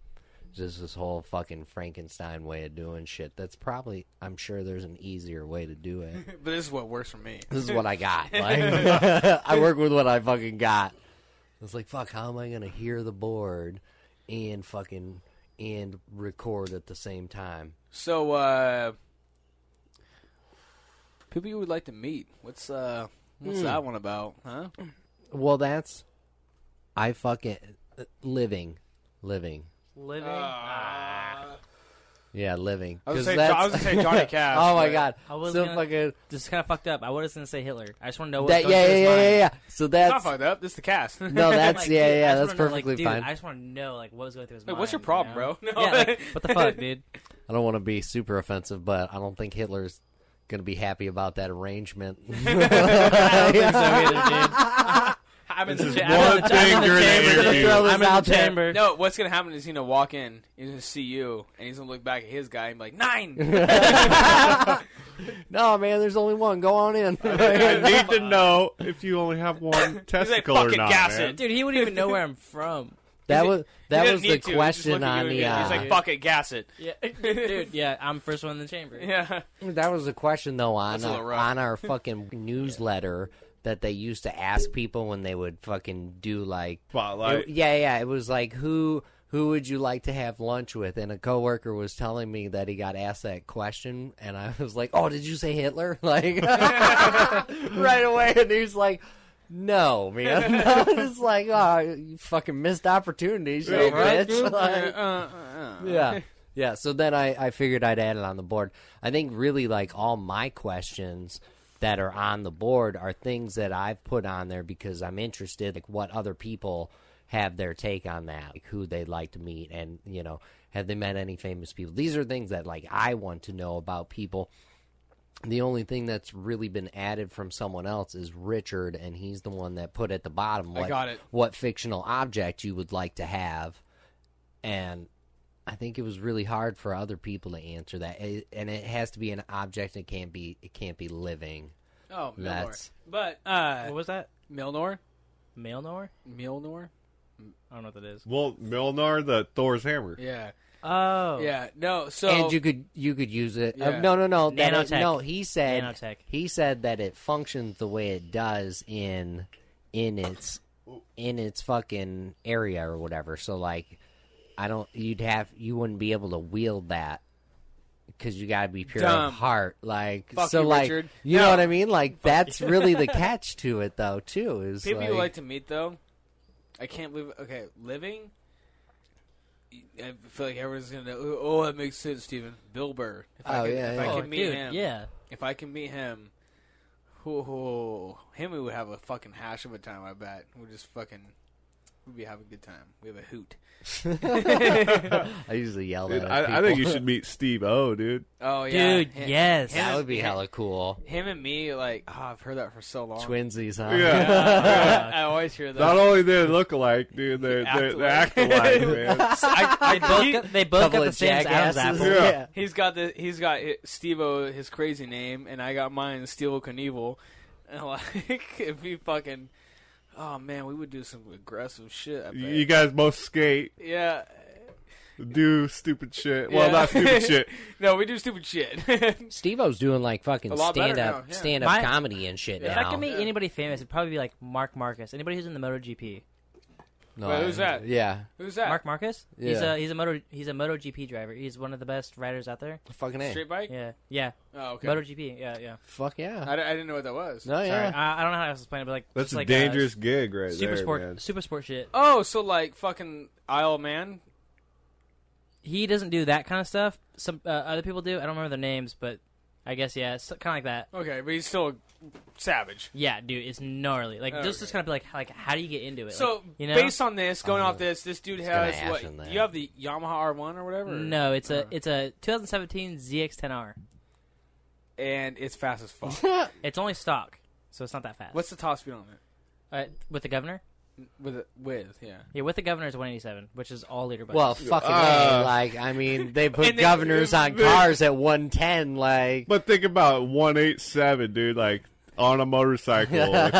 S1: just this whole fucking Frankenstein way of doing shit. That's probably, I'm sure there's an easier way to do it.
S2: But this is what works for me.
S1: This is what I got. Like, I work with what I fucking got. It's like, fuck, how am I gonna hear the board and fucking and record at the same time?
S2: So, uh, people you would like to meet. What's uh, what's that one about? Huh?
S1: Well, that's I fucking living, living.
S4: Living. Ah.
S2: Ah.
S1: Yeah, living.
S2: I was
S1: 'Cause
S2: gonna say-
S1: that's-
S2: I was gonna say Johnny Cash,
S1: oh my
S2: but-
S1: god,
S4: I was
S1: so
S4: gonna-
S1: fucking
S4: This is kind of fucked up. I was gonna say Hitler. I just want to know what.
S1: that.
S4: goes
S1: Yeah,
S4: through
S1: yeah,
S4: his
S1: yeah,
S4: mind.
S1: yeah, yeah. So
S2: Not
S1: that's
S2: fucked up. This is the cast.
S1: no, that's
S4: Like, dude,
S1: yeah, yeah.
S4: I just
S1: That's
S4: wanna know, like,
S1: perfectly
S4: dude,
S1: fine.
S4: I just want to know like what was going through his
S2: Like,
S4: mind.
S2: what's your
S4: you
S2: problem,
S4: know?
S2: bro? No.
S4: Yeah, like, what the fuck, dude?
S1: I don't want to be super offensive, but I don't think Hitler's going to be happy about that arrangement.
S4: I don't think so either, dude.
S2: I'm in the
S3: is
S2: cha- I'm in
S3: one
S2: the cha- I'm in the
S3: finger in the
S2: chamber.
S3: air.
S1: Just throw this
S4: I'm in
S1: out
S4: the
S1: there.
S4: chamber.
S2: No, what's gonna happen is he's gonna walk in, he's gonna see you, and he's gonna look back at his guy and be like, nine.
S1: No, man, there's only one. Go on in.
S3: I need to know if you only have one testicle or
S2: "Fucking
S3: not.
S2: gas
S3: man.
S2: it."
S4: Dude, he wouldn't even know where I'm from.
S1: that was
S2: He
S1: that
S2: didn't
S1: was the
S2: need to, he just
S1: question
S2: looked at
S1: on
S2: you and
S1: the.
S2: He's
S1: Uh,
S2: like, fuck it, gas it.
S4: Yeah, dude. Yeah, I'm first one in the chamber.
S2: Yeah.
S1: that was the question though on
S2: That's a little
S1: our,
S2: rough.
S1: on our fucking newsletter that they used to ask people when they would fucking do like
S3: Spotlight.
S1: It- yeah, yeah. It was like who who would you like to have lunch with? And a coworker was telling me that he got asked that question, and I was like, "Oh, did you say Hitler?" Like right away, and he's like. No, man. I was like, oh, you fucking missed opportunities, you
S2: Right,
S1: bitch. Like,
S2: Uh, uh, uh.
S1: yeah yeah so then I, I figured i'd add it on the board i think really like all my questions that are on the board are things that i've put on there because i'm interested like what other people have their take on that like who they'd like to meet and you know have they met any famous people these are things that like i want to know about people the only thing that's really been added from someone else is Richard, and he's the one that put at the bottom
S2: I
S1: what,
S2: got it.
S1: what fictional object you would like to have. And I think it was really hard for other people to answer that. It- and it has to be an object. It can't be. It can't be living.
S2: Oh, Milnor.
S1: That's-
S2: But, uh,
S4: What was that?
S2: Milnor?
S4: Mailnor?
S2: Milnor?
S4: I don't know what that is.
S3: Well, Milnar, the Thor's hammer.
S2: Yeah.
S4: Oh,
S2: Yeah. No, so.
S1: and you could you could use it. uh,
S2: Yeah.
S1: no, no, no. that it-
S4: Nanotech.
S1: no, he said.
S4: Nanotech.
S1: He said that it functions the way it does in in its in its fucking area or whatever. So like, I don't. You'd have you wouldn't be able to wield that. Because you gotta be pure
S2: Dumb.
S1: of heart, like
S2: Fuck
S1: so,
S2: you,
S1: like
S2: Richard.
S1: you
S2: No.
S1: know what I mean. Like that's really the catch to it, though. Too is
S2: People
S1: like,
S2: you like to meet though, I can't believe. Okay, living. I feel like everyone's gonna. know, Oh, that makes sense, Steven. Bill Burr. If I
S1: Oh,
S2: can,
S1: yeah,
S2: if
S1: yeah.
S2: I
S4: Oh,
S2: can meet
S4: dude,
S2: him,
S4: yeah.
S2: If I can meet him, oh, him we would have a fucking hash of a time. I bet we'd just fucking. We'd be having a good time. We have a hoot.
S1: I usually yell
S3: Dude,
S1: at
S3: I, I
S1: people.
S3: think you should meet Steve O, dude.
S2: Oh yeah,
S4: Dude,
S2: Him-
S4: yes.
S2: him
S1: that
S2: and-
S1: would be hella cool.
S2: Him and me, like oh, I've heard that for so long.
S1: Twinsies, huh?
S3: Yeah.
S2: I always hear that.
S3: Not only do they look alike, dude, they, they, they
S2: Act
S3: act alike, man.
S2: I, I,
S4: They both got, they both
S1: Couple
S4: got the
S1: of
S4: same Adam's
S1: jackasses.
S4: apple.
S3: Yeah.
S2: He's got the he's got Stevo his crazy name, and I got mine Stevo Knievel. And like if he fucking, oh man, we would do some aggressive shit. I bet.
S3: You guys both skate,
S2: yeah,
S3: do stupid shit. Well,
S2: Yeah.
S3: not stupid shit.
S2: no, we do stupid shit.
S1: Steve-O's doing like fucking
S2: A lot better
S1: stand up
S2: now, yeah.
S1: stand up
S4: My-
S1: comedy and shit
S2: Yeah.
S4: If I
S1: now.
S4: could meet anybody famous, it'd probably be like Mark Marcus. Anybody who's in the MotoGP.
S1: No,
S2: Wait, who's that?
S1: Yeah,
S2: Who's that?
S4: Mark Marcus. He's
S1: Yeah.
S4: a he's a moto he's a moto GP driver. He's one of the best riders out there.
S1: fucking A.
S2: Street bike?
S4: Yeah, yeah.
S2: Oh, okay.
S4: Moto GP. Yeah, yeah.
S1: Fuck yeah.
S2: I, d- I didn't know what that was.
S1: no,
S4: Sorry,
S1: yeah.
S4: I, I don't know how to explain it, but like
S3: That's
S4: just
S3: a
S4: like, uh,
S3: dangerous gig right
S4: super
S3: there,
S4: sport
S3: man.
S4: super sport shit.
S2: Oh, so like fucking Isle of Man?
S4: He doesn't do that kind of stuff. Some uh, other people do. I don't remember their names, but I guess yeah, it's kind of like that.
S2: Okay, but he's still savage.
S4: Yeah, dude, it's gnarly. Like
S2: Okay.
S4: just just kind of like like how do you get into it?
S2: So
S4: Like, you know.
S2: based on this, going
S1: Uh,
S2: off this, this dude
S1: it's gonna
S2: has
S1: ash
S2: what?
S1: in there.
S2: You have the Yamaha R1 or whatever.
S4: no, it's a
S2: Uh,
S4: it's a 2017 ZX10R.
S2: and it's fast as fuck.
S4: It's only stock, so it's not that fast.
S2: What's the top speed on it?
S4: uh, with the governor?
S2: With it, with yeah.
S4: Yeah, with the governor is 187, which is all leader bikes.
S1: well, fucking A.
S3: Uh,
S1: Like, I mean, they put
S2: And they-
S1: governors on
S2: they-
S1: cars at 110. Like,
S3: But think about 187, dude, like on a motorcycle. It's- it's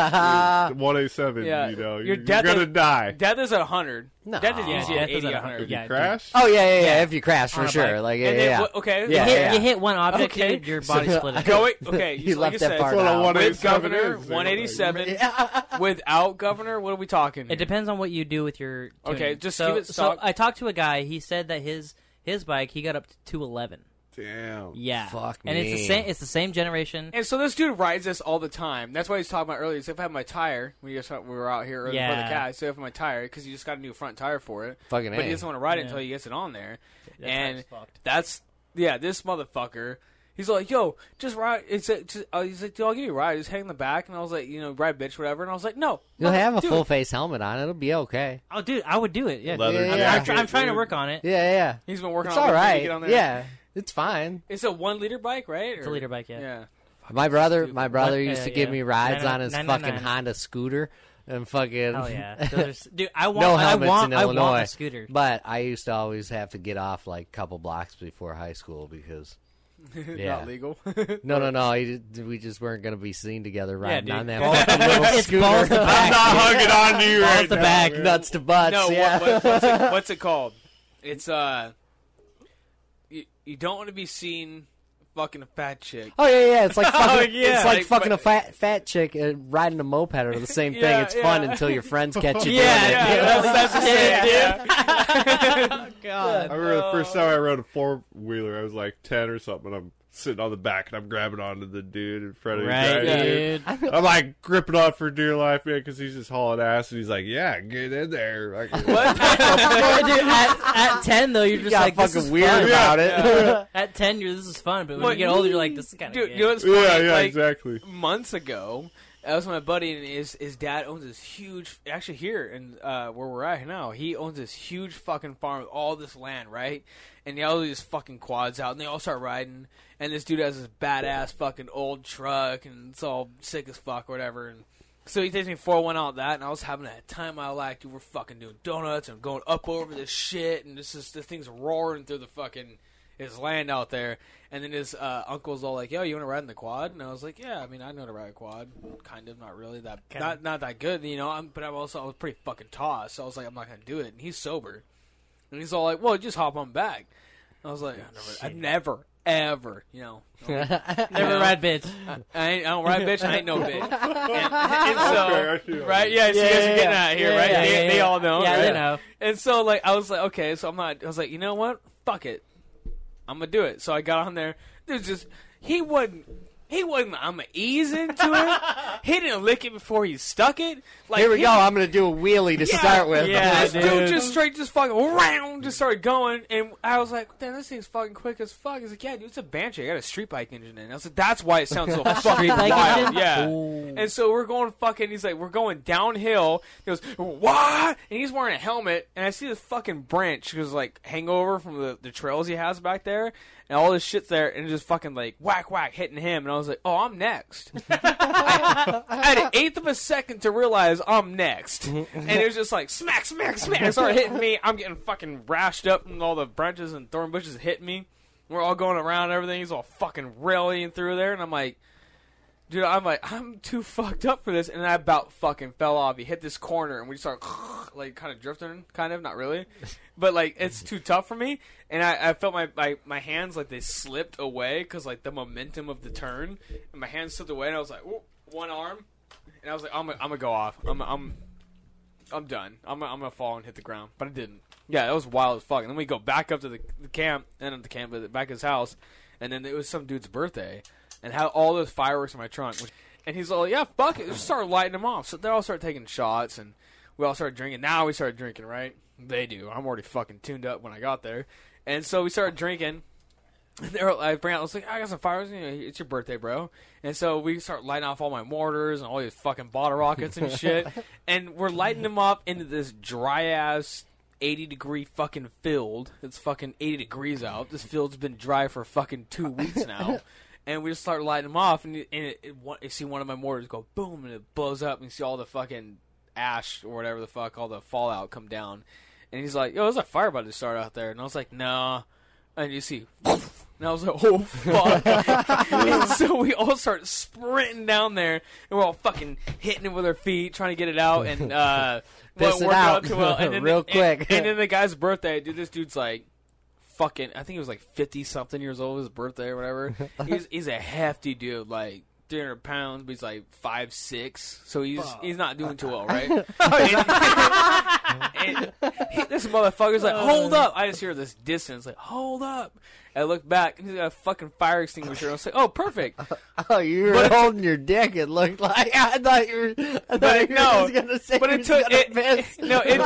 S3: 187,
S2: Yeah,
S3: you know,
S2: your
S3: you're, you're
S2: death
S3: going to
S2: is-
S3: die.
S2: Death is at hundred.
S1: No.
S2: Death is
S1: Yeah,
S2: easy
S4: death
S2: at
S4: is
S2: eighty.
S4: at
S2: at
S4: 100,
S2: 100.
S4: yeah.
S3: You crash?
S1: oh yeah, yeah, yeah. If you crash,
S4: On
S1: for
S4: a
S1: sure.
S4: bike.
S1: Like, yeah,
S2: And then
S1: yeah.
S2: what- okay.
S1: Yeah.
S4: you, hit,
S2: okay.
S4: you hit one object,
S2: Okay.
S4: dude, your body split. it.
S2: Go it. Okay.
S1: He
S2: so
S1: left
S2: like you
S1: that
S2: said,
S1: part
S3: Well, a
S1: out.
S3: one-
S2: With
S3: 187
S2: governor,
S3: is-
S2: one eighty oh seven.
S1: Yeah.
S2: Without governor, what are we talking?
S4: It depends on what you do with your.
S2: Okay,
S4: tuning.
S2: just
S4: so,
S2: keep it stock.
S4: So I talked to a guy. He said that his his bike he got up to 211.
S3: Damn.
S4: Yeah,
S1: Fuck
S4: and it's
S1: me.
S4: the same. It's the same generation.
S2: And so this dude rides this all the time. That's why he's talking about earlier. He's like, if I had my tire, we just we were out here earlier for the
S4: Yeah.
S2: cat. So if my tire, because you just got a new front tire for it,
S1: Fucking
S2: but
S1: A.
S2: he doesn't want to ride it
S4: Yeah.
S2: until he gets it on there.
S4: That
S2: and
S4: tire's fucked.
S2: that's yeah, this motherfucker. He's like, yo, just ride. It's a, just, uh, he's like, dude, I'll give you a ride. Just hang in the back, and I was like, you know, ride, bitch, whatever. And I was like, no,
S1: You'll
S2: mother-
S1: have a
S2: dude,
S1: full face helmet on. It'll be okay.
S4: Oh, dude, I would do it. Yeah,
S3: Leather
S4: I'm- I'm,
S1: jacket,
S4: try- I'm trying to
S3: dude.
S4: work on it.
S1: Yeah, yeah.
S2: He's been working
S1: It's
S2: on
S1: all
S2: it before you
S1: right.
S2: Get on there.
S1: Yeah, it's fine.
S2: it's a one liter bike, right?
S4: It's a liter bike, yeah.
S2: yeah.
S1: My brother,
S2: stupid.
S1: my brother
S4: What-
S1: used
S4: uh,
S1: to give
S4: yeah.
S1: me rides
S4: Nine-
S1: on his
S4: nine- nine-
S1: fucking
S4: nine.
S1: Honda scooter and fucking.
S4: Hell yeah, Those are s- dude. I want.
S1: no
S4: I
S1: helmets
S4: want.
S1: in
S4: I
S1: Illinois.
S4: want a scooter.
S1: But I used to always have to get off like a couple blocks before high school because Yeah.
S2: Not legal.
S1: no, no, no, he, we just weren't going to be seen together riding
S4: dude.
S1: on that
S4: Balls-
S1: fucking little
S4: it's
S1: scooter.
S4: balls to
S3: I'm
S4: back.
S3: not hugging on to you
S1: Balls
S3: right
S1: to
S3: now,
S1: back,
S3: man.
S1: nuts to butts.
S2: No,
S1: yeah.
S2: what, what, what's, it, what's it called? It's uh, you, you don't want to be seen fucking a fat chick.
S1: Oh yeah, yeah! It's like fucking,
S2: yeah.
S1: it's like,
S2: Like,
S1: fucking
S2: but-
S1: a fat fat chick uh, riding a moped or the same
S2: Yeah,
S1: thing. It's fun
S2: yeah.
S1: until your friends catch you doing
S2: yeah,
S1: it.
S2: that's, that's the same, yeah.
S1: God.
S3: I remember the first time
S4: Oh.
S3: I rode a four wheeler, I was like 10 or something. and I'm sitting on the back and I'm grabbing onto the dude in front of me.
S4: Right,
S3: driving.
S4: dude.
S3: I'm like gripping on for dear life, man, because he's just hauling ass and he's like, yeah, get in there. Like,
S4: Yeah, dude, at, at ten though, you're just
S1: got
S4: like this
S1: fucking
S4: is
S1: weird
S4: fun.
S1: about it.
S4: At ten, you're this is fun, but when
S2: What-
S4: you get older, you're like this is kind of
S2: Dude, you know what's funny?
S3: yeah, yeah,
S2: like,
S3: exactly.
S2: Months ago, I was with my buddy, and his his dad owns this huge. Actually, here and uh, where we're at now, he owns this huge fucking farm with all this land, right? And they all do these fucking quads out, and they all start riding. And this dude has this badass fucking old truck, and it's all sick as fuck, or whatever. And so he takes me for one out that, and I was having a time of my life. Dude, we're fucking doing donuts and going up over this shit, and this is this thing's roaring through the fucking his land out there. And then his uh, uncle's all like, "Yo, you want to ride in the quad?" And I was like, "Yeah, I mean, I know how to ride a quad, kind of, not really that,
S4: Kinda.
S2: not not that good, you know. I'm, but I'm also I was pretty fucking tossed. So I was like, I'm not gonna do it. And he's sober, and he's all like, "Well, just hop on back." And I was like, I never, I never ever, you know,
S4: never ride bitch.
S2: I, ain't, I don't ride bitch. I ain't no bitch. And, and
S3: Okay,
S2: so,
S3: I feel
S2: right? Yeah, so you
S4: Yeah,
S2: guys
S4: yeah,
S2: are getting
S4: yeah.
S2: out here,
S4: Yeah,
S2: right?
S4: yeah,
S2: they,
S4: yeah,
S2: they
S4: yeah.
S2: all know,
S4: Yeah,
S2: right?
S4: they know.
S2: And so, like, I was like, okay, so I'm not. I was like, you know what? Fuck it. I'm gonna do it. So I got on there. There's just he wasn't. He wasn't. I'm gonna ease into it. he didn't lick it before he stuck it. Like
S1: Here we
S2: he-
S1: go. I'm going to do a wheelie to start with.
S4: yeah,
S2: this dude.
S4: dude.
S2: just straight just fucking round just started going and I was like, damn, this thing's fucking quick as fuck. He's like, yeah, dude, it's a banshee. I got a street bike engine in. it." I was like, that's why it sounds so fucking
S4: bike
S2: wild.
S4: engine?
S2: Yeah. And so we're going fucking he's like, we're going downhill. He goes, What? And he's wearing a helmet and I see this fucking branch because like hangover from the, the trails he has back there and all this shit's there and just fucking like whack whack hitting him and I was like, Oh, I'm next. I had an eighth of a second to realize I'm next, and it was just like smack, smack, smack. It started hitting me. I'm getting fucking rashed up, and all the branches and thorn bushes hit me. We're all going around and everything. He's all fucking rallying through there, and I'm like, dude, I'm like, I'm too fucked up for this, and I about fucking fell off. He hit this corner, and we start like kind of drifting, kind of not really, but like it's too tough for me, and I, I felt my, my my hands like they slipped away because like the momentum of the turn, and my hands slipped away, and I was like, "Ooh," one arm, and I was like, I'm gonna, I'm gonna go off. I'm I'm I'm done. I'm gonna- I'm gonna fall and hit the ground, but I didn't. Yeah, that was wild as fuck. And then we go back up to the, the camp, and the camp, but back at his house, and then it was some dude's birthday, and had all those fireworks in my trunk. Which, and he's all, "Yeah, fuck it, just start lighting them off." So they all start taking shots, and we all start drinking. Now we start drinking, right? They do. I'm already fucking tuned up when I got there, and so we started drinking. And they were, I bring out, I was like, I got some fireworks. You know, it's your birthday, bro. And so we start lighting off all my mortars and all these fucking bottle rockets and shit. and we're lighting them up into this dry ass 80 degree fucking field. It's fucking 80 degrees out. This field's been dry for fucking two weeks now. and we just start lighting them off. And, it, and it, it, one- you see one of my mortars go boom and it blows up. And you see all the fucking ash or whatever the fuck, all the fallout come down. And he's like, yo, there's a fire about to start out there. And I was like, nah and you see, and I was like, oh fuck! and so we all start sprinting down there, and we're all fucking hitting it with our feet, trying to get it out, and uh,
S5: Piss
S2: what
S5: it
S2: worked
S5: out.
S2: too well. And then
S5: Real
S2: and-
S5: quick.
S2: and then the guy's birthday, dude. This dude's like. Fucking, I think he was like fifty something years old. His birthday or whatever. He's he's a hefty dude, like three hundred pounds, but he's like five six. So he's he's not doing too well, right? and he- this motherfucker's like, hold up. I just hear this distance, like, hold up. I look back, and he's got a fucking fire extinguisher. I was like, oh, perfect.
S5: Oh, you were
S2: But it's-
S5: holding your dick. It looked like I thought you were. I thought
S2: it-
S5: you
S2: no,
S5: were just gonna say
S2: but
S5: you
S2: it
S5: was
S2: took
S5: gonna
S2: it,
S5: piss.
S2: no it,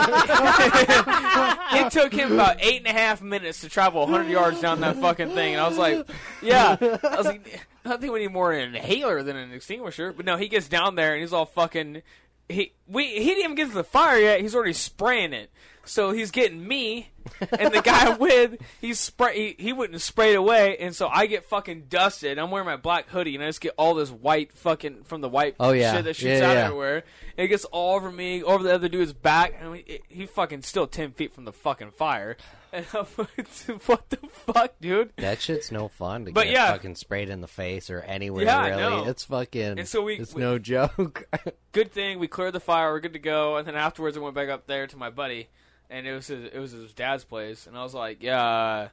S2: it took him about eight and a half minutes to travel 100 yards down that fucking thing and i was like yeah i was like i think we need more an inhaler than an extinguisher but no he gets down there and he's all fucking he we he didn't even get to the fire yet he's already spraying it so he's getting me and the guy with he's spray he, he wouldn't spray it away and so i get fucking dusted i'm wearing my black hoodie and i just get all this white fucking from the white
S5: Oh, yeah.
S2: shit that
S5: Yeah,
S2: shoots
S5: yeah,
S2: out
S5: yeah.
S2: everywhere. And it gets all over me, over the other dude's back, and we, it, he fucking still ten feet from the fucking fire. And I'm like, what the fuck, dude?
S1: That shit's no fun to
S2: But
S1: get
S2: yeah.
S1: fucking sprayed in the face or anywhere
S2: Yeah, I
S1: really.
S2: know.
S1: It's fucking.
S2: And so we-
S1: it's
S2: we-
S1: no joke.
S2: Good thing we cleared the fire. We're good to go. And then afterwards, I went back up there to my buddy, and it was his, it was his dad's place, and I was like, yeah, uh,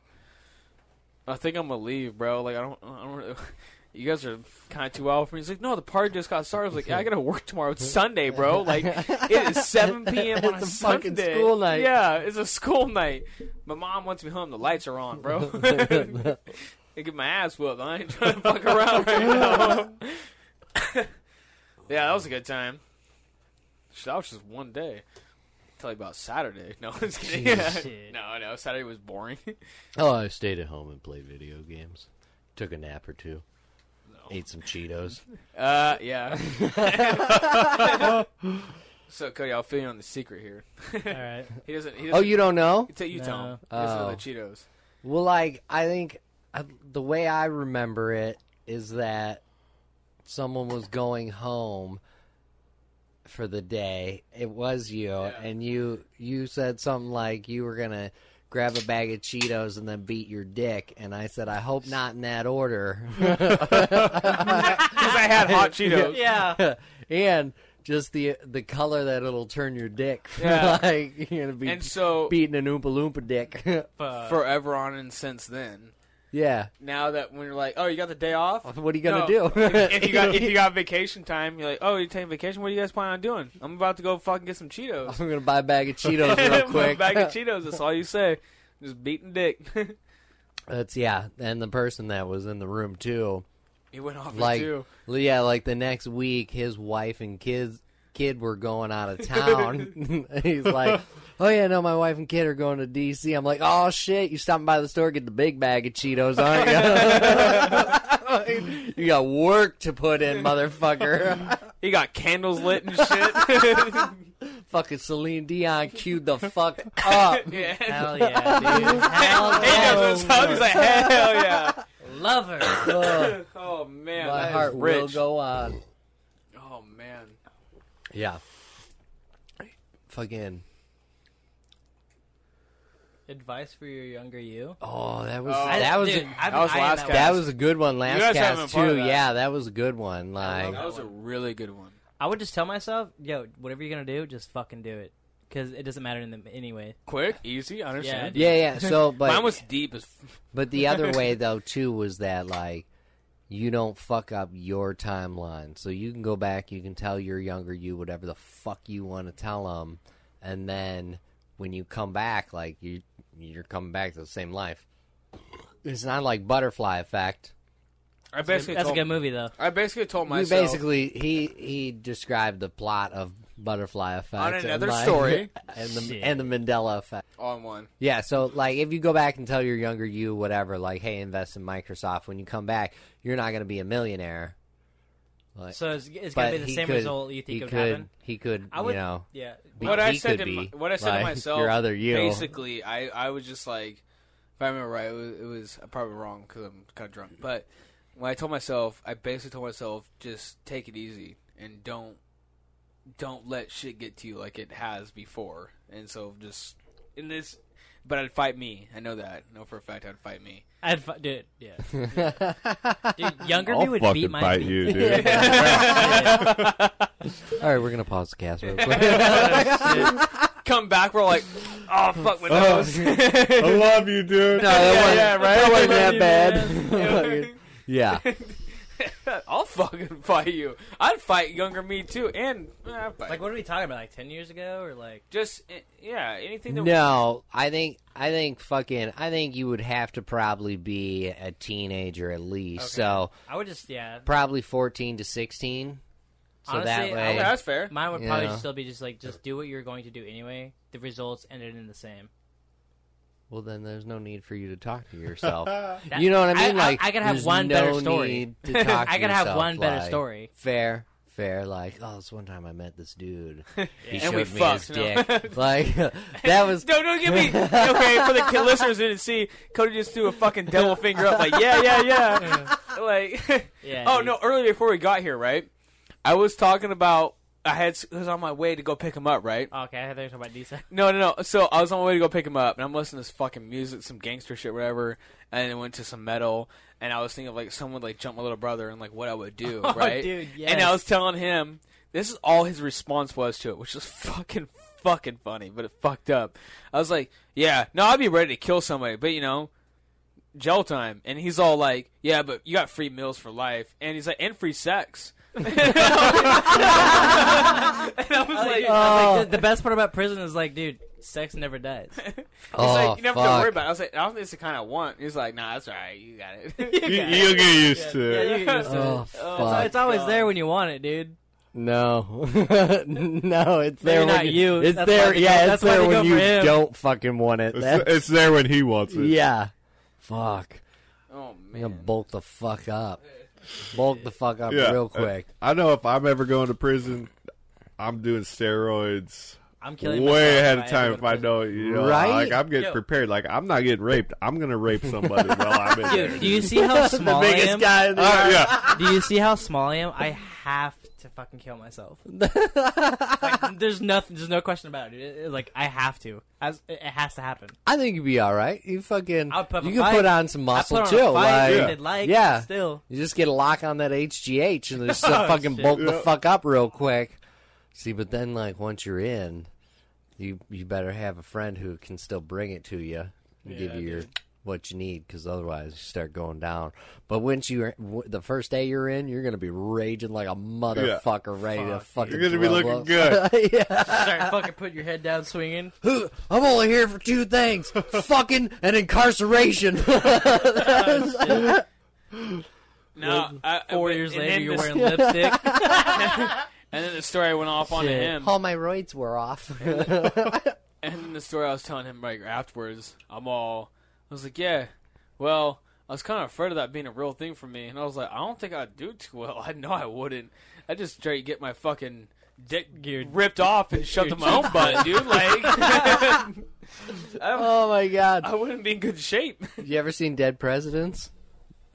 S2: I think I'm gonna leave, bro. Like I don't I don't. Really, You guys are kind of too out for me. He's like, no, the party just got started. I was like, yeah, I gotta work tomorrow. It's Sunday, bro. Like, it is 7 p.m. on
S5: It's
S2: a
S5: a fucking
S2: Sunday.
S5: school night.
S2: Yeah, it's a school night. My mom wants me home. The lights are on, bro. I get my ass whooped. I ain't trying to fuck around right now. yeah, that was a good time. Shit, That was just one day. Tell you about Saturday. No, I'm just kidding.
S4: Shit.
S2: no, no, Saturday was boring.
S1: oh, I stayed at home and played video games. Took a nap or two. Ate some Cheetos.
S2: Uh, yeah. so Cody, I'll fill you on the secret here.
S4: All right.
S2: He doesn't. He doesn't
S1: Oh, you don't know?
S2: Tell you tell him.
S4: No.
S2: He doesn't know
S1: Oh.
S2: the Cheetos.
S1: Well, like I think I, the way I remember it is that someone was going home for the day. It was you, and you you said something like you were gonna grab a bag of Cheetos and then beat your dick, and I said I hope not in that order,
S2: Because I had hot Cheetos.
S4: Yeah.
S1: and just the the color that it'll turn your dick.
S2: Yeah.
S1: like you're gonna be
S2: And so uh,
S1: beating an Oompa Loompa dick.
S4: Fuck.
S2: forever on and since then.
S1: yeah,
S2: Now that when you're like, oh, you got the day off.
S1: what are you gonna
S2: No.
S1: do?
S2: If you got if you got vacation time, you're like, oh, you taking vacation? What are you guys planning on doing? I'm about to go fucking get some Cheetos.
S1: I'm gonna buy a bag of Cheetos real quick.
S2: bag of Cheetos. That's all you say. Just beating dick.
S1: That's yeah, and the person that was in the room too.
S2: he went off
S1: Like
S2: too.
S1: yeah, like the next week, his wife and kids kid were going out of town. He's like, "Oh yeah, no, my wife and kid are going to D.C." I'm like, "Oh shit, you stopping by the store get the big bag of Cheetos, aren't you?" you got work to put in, motherfucker.
S2: He got candles lit and shit.
S1: Fucking Celine Dion queued the fuck up.
S2: yeah.
S4: Hell yeah, dude. Hell
S2: He knows
S4: yeah.
S2: his hub. He's like, hell yeah.
S4: Love her.
S1: Ugh,
S2: Oh man,
S1: my
S2: that is
S1: heart will
S2: rich.
S1: go on.
S2: Oh man.
S1: Yeah. Fucking.
S4: Advice for your younger you?
S1: Oh, that was
S2: Oh,
S1: that was
S4: dude,
S1: a,
S4: I've
S2: that was
S4: been eyeing
S2: last cast.
S4: that one.
S1: that was a good one last
S2: You guys haven't
S1: cast
S2: part of
S1: too.
S2: that.
S1: Yeah, that was a good one.
S4: I
S1: Like,
S4: love
S2: That was a really good one.
S4: I would just tell myself, yo, whatever you're gonna do, just fucking do it, because it doesn't matter in the anyway.
S2: Quick, easy, I understand.
S4: understand.
S1: yeah, yeah. So, but
S2: Mine was deep as
S1: but the other way though too was that like you don't fuck up your timeline, so you can go back. You can tell your younger you whatever the fuck you want to tell them, and then when you come back, like you you're coming back to the same life. It's not like butterfly effect.
S2: I basically
S4: That's a
S2: told,
S4: good movie though.
S2: I basically told
S1: We
S2: myself
S1: basically he he described the plot of butterfly effect
S2: On another
S1: and like-
S2: story.
S1: and the
S4: Shit.
S1: and the Mandela effect.
S2: on one.
S1: Yeah, so like if you go back and tell your younger you whatever, like hey, invest in Microsoft. When you come back, you're not going to be a millionaire. Like,
S4: So it's, it's gonna be the
S1: he
S4: same
S1: could-
S4: result you
S1: he
S4: think would
S1: could
S4: happen.
S1: he could
S4: I would.
S1: you know
S4: yeah.
S1: be-
S2: what I
S1: he
S2: said
S1: could
S2: to my,
S1: be,
S2: what I said
S1: like,
S2: to myself,
S1: your other you.
S2: Basically, I I was just like, if I remember right, it was, it was I'm probably wrong because I'm kind of drunk. But when I told myself, I basically told myself, just take it easy and don't don't let shit get to you like it has before. And so just in this, but I'd fight me. I know that. I know for a fact I'd fight me.
S4: I'd fu- dude, yeah. Dude, younger me would
S3: fucking
S4: beat my
S3: bite you, dude.
S1: All right, we're gonna pause the cast real quick.
S2: Oh,
S1: Oh,
S2: Come back, we're like, oh fuck my nose.
S3: I love you, dude.
S1: No, that wasn't,
S2: yeah, right?
S1: that wasn't that
S4: Yeah.
S1: bad. yeah.
S2: I'll fucking fight you. I'd fight younger me too, and eh, I'd fight.
S4: Like, what are we talking about? Like ten years ago, or like?
S2: just eh, yeah, anything that
S1: No, I think I think fucking I think you would have to probably be a teenager at least. So
S4: I would just yeah.
S1: probably fourteen to sixteen. So that
S4: Honestly, I
S1: way,
S2: Yeah, that's fair.
S4: Mine would
S1: Yeah.
S4: probably still be just like just do what you're going to do anyway. The results ended in the same.
S1: well, then there's no need for you to talk to yourself. you know what I
S4: I-
S1: mean?
S4: I-
S1: like
S4: I could have
S1: there's
S4: one
S1: no
S4: better story.
S1: need to talk
S4: I
S1: to
S4: could have
S1: yourself,
S4: one better
S1: like,
S4: story.
S1: Fair, fair. Like, oh, this one time I met this dude. He
S2: And
S1: showed
S2: we
S1: me
S2: fucked,
S1: his
S2: you know?
S1: dick. like that was
S2: No, don't give me. Okay, for the kid listeners who didn't see, Cody just threw a fucking devil finger up, like yeah, yeah, yeah. like,
S4: Yeah.
S2: oh
S4: dude.
S2: no, earlier before we got here, right? I was talking about I had I was on my way to go pick him up, right?
S4: Okay, I thought you were talking about Lisa.
S2: No, no, no. So I was on my way to go pick him up, and I'm listening to this fucking music, some gangster shit, whatever. And it went to some metal, and I was thinking of like someone like jump my little brother and like what I would do,
S4: Oh,
S2: right?
S4: dude,
S2: And I
S4: yes.
S2: was telling him this is all his response was to it, which is fucking fucking funny, but it fucked up. I was like, yeah, no, I'd be ready to kill somebody, but you know. Gel time, and he's all like, "Yeah, but you got free meals for life," and he's like, "And free sex." and I was like,
S4: I was like, the, the best part about prison is like, dude, sex never dies.
S1: oh
S2: He's like, you never
S1: fuck.
S2: have to worry about it. I was like, I don't think it's the kind I want. He's like, nah, that's all right. You got it.
S3: You, will get used to
S4: Yeah,
S3: it.
S4: you can just-
S1: Oh
S4: So
S1: fuck!
S4: it's always there when you want it, dude.
S1: no, no, it's
S4: Maybe
S1: there.
S4: not
S1: when
S4: you.
S1: It's
S4: That's why
S1: there.
S4: they
S1: yeah,
S4: go-
S1: it's
S4: that's why
S1: there
S4: they go
S1: when
S4: for
S1: you
S4: him.
S1: don't fucking want it.
S3: It's,
S1: That's-
S3: it's there when he wants it.
S1: yeah. Fuck.
S2: oh
S1: I'm gonna
S2: man.
S1: bulk the fuck up. Bulk the fuck up
S3: Yeah.
S1: real quick.
S3: I know if I'm ever going to prison, I'm doing steroids
S4: I'm killing myself
S3: way ahead of
S4: I
S3: time
S4: ever
S3: if
S4: go
S3: I
S4: to prison.
S3: know, you know,
S1: Right?
S3: like I'm getting
S4: Yo.
S3: prepared. Like I'm not getting raped. I'm gonna rape somebody while I'm in there.
S4: Dude, do you see how small I am?
S1: guy. In
S3: Uh, yeah,
S4: Do you see how small I am? I have to fucking kill myself. Like, there's nothing. There's no question about it. dude. It- it- like I have to. As it it has to happen.
S1: I think you'd be all right. You fucking.
S4: I'll put up
S1: you
S4: a
S1: can
S4: fight.
S1: put on some
S4: I
S1: muscle
S4: put on
S1: too.
S4: a fight.
S1: like,
S4: dude, they'd like.
S1: Yeah.
S4: Still.
S1: you just get a lock on that HGH and just uh,
S4: Oh,
S1: fucking
S4: shit.
S1: bulk the
S3: Yeah.
S1: fuck up real quick. See, but then like once you're in, you you better have a friend who can still bring it to you and give you your what you need because otherwise you start going down. But once you w- the first day you're in, you're gonna be raging like a motherfucker, ready to fucking.
S3: you're gonna be
S1: throw
S3: looking
S1: up.
S3: good.
S4: Start fucking putting your head down, swinging.
S1: I'm only here for two things: fucking and incarceration.
S2: No, I, I-
S4: Four
S2: and
S4: years
S2: then
S4: later, you're
S2: this-
S4: wearing lipstick.
S2: And then the story I went off on
S4: Shit.
S2: him.
S1: All my roids were off. Oh
S2: And then the story I was telling him like afterwards, I'm all, I was like, yeah, well, I was kind of afraid of that being a real thing for me, and I was like, I don't think I'd do too well. I know I wouldn't. I just try to get my fucking dick
S4: Your-
S2: ripped off and shoved in my own butt, dude. Like, I,
S1: oh my god!
S2: I wouldn't be in good shape.
S1: You ever seen Dead Presidents?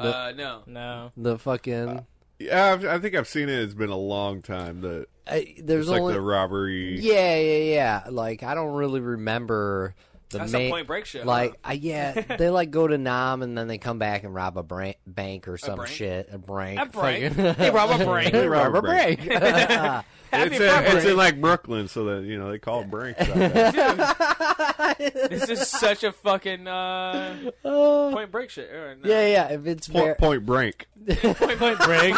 S2: Uh, no.
S4: No.
S1: The fucking
S3: Yeah, I've, I think I've seen it. It's been a long time. That
S1: I, there's
S3: it's like
S1: only
S3: the robbery.
S1: yeah, yeah, yeah. Like I don't really remember the
S2: That's
S1: main
S2: a Point Break show.
S1: like I, yeah, they like go to Nam and then they come back and rob a bran- bank or some
S2: brank?
S1: shit. A bank.
S2: A brank.
S1: Fucking-
S2: They rob a brank.
S1: They
S3: rob
S1: rob
S3: a
S1: a
S3: brank.
S1: brank.
S3: It's, in, it's in like Brooklyn, so that you know they call it Brinks. out there.
S2: This is such a fucking uh, Point Break shit. Or no.
S1: Oh, yeah, yeah. If it's
S3: point,
S1: very,
S3: point Brink.
S4: Uh,
S2: Point Break.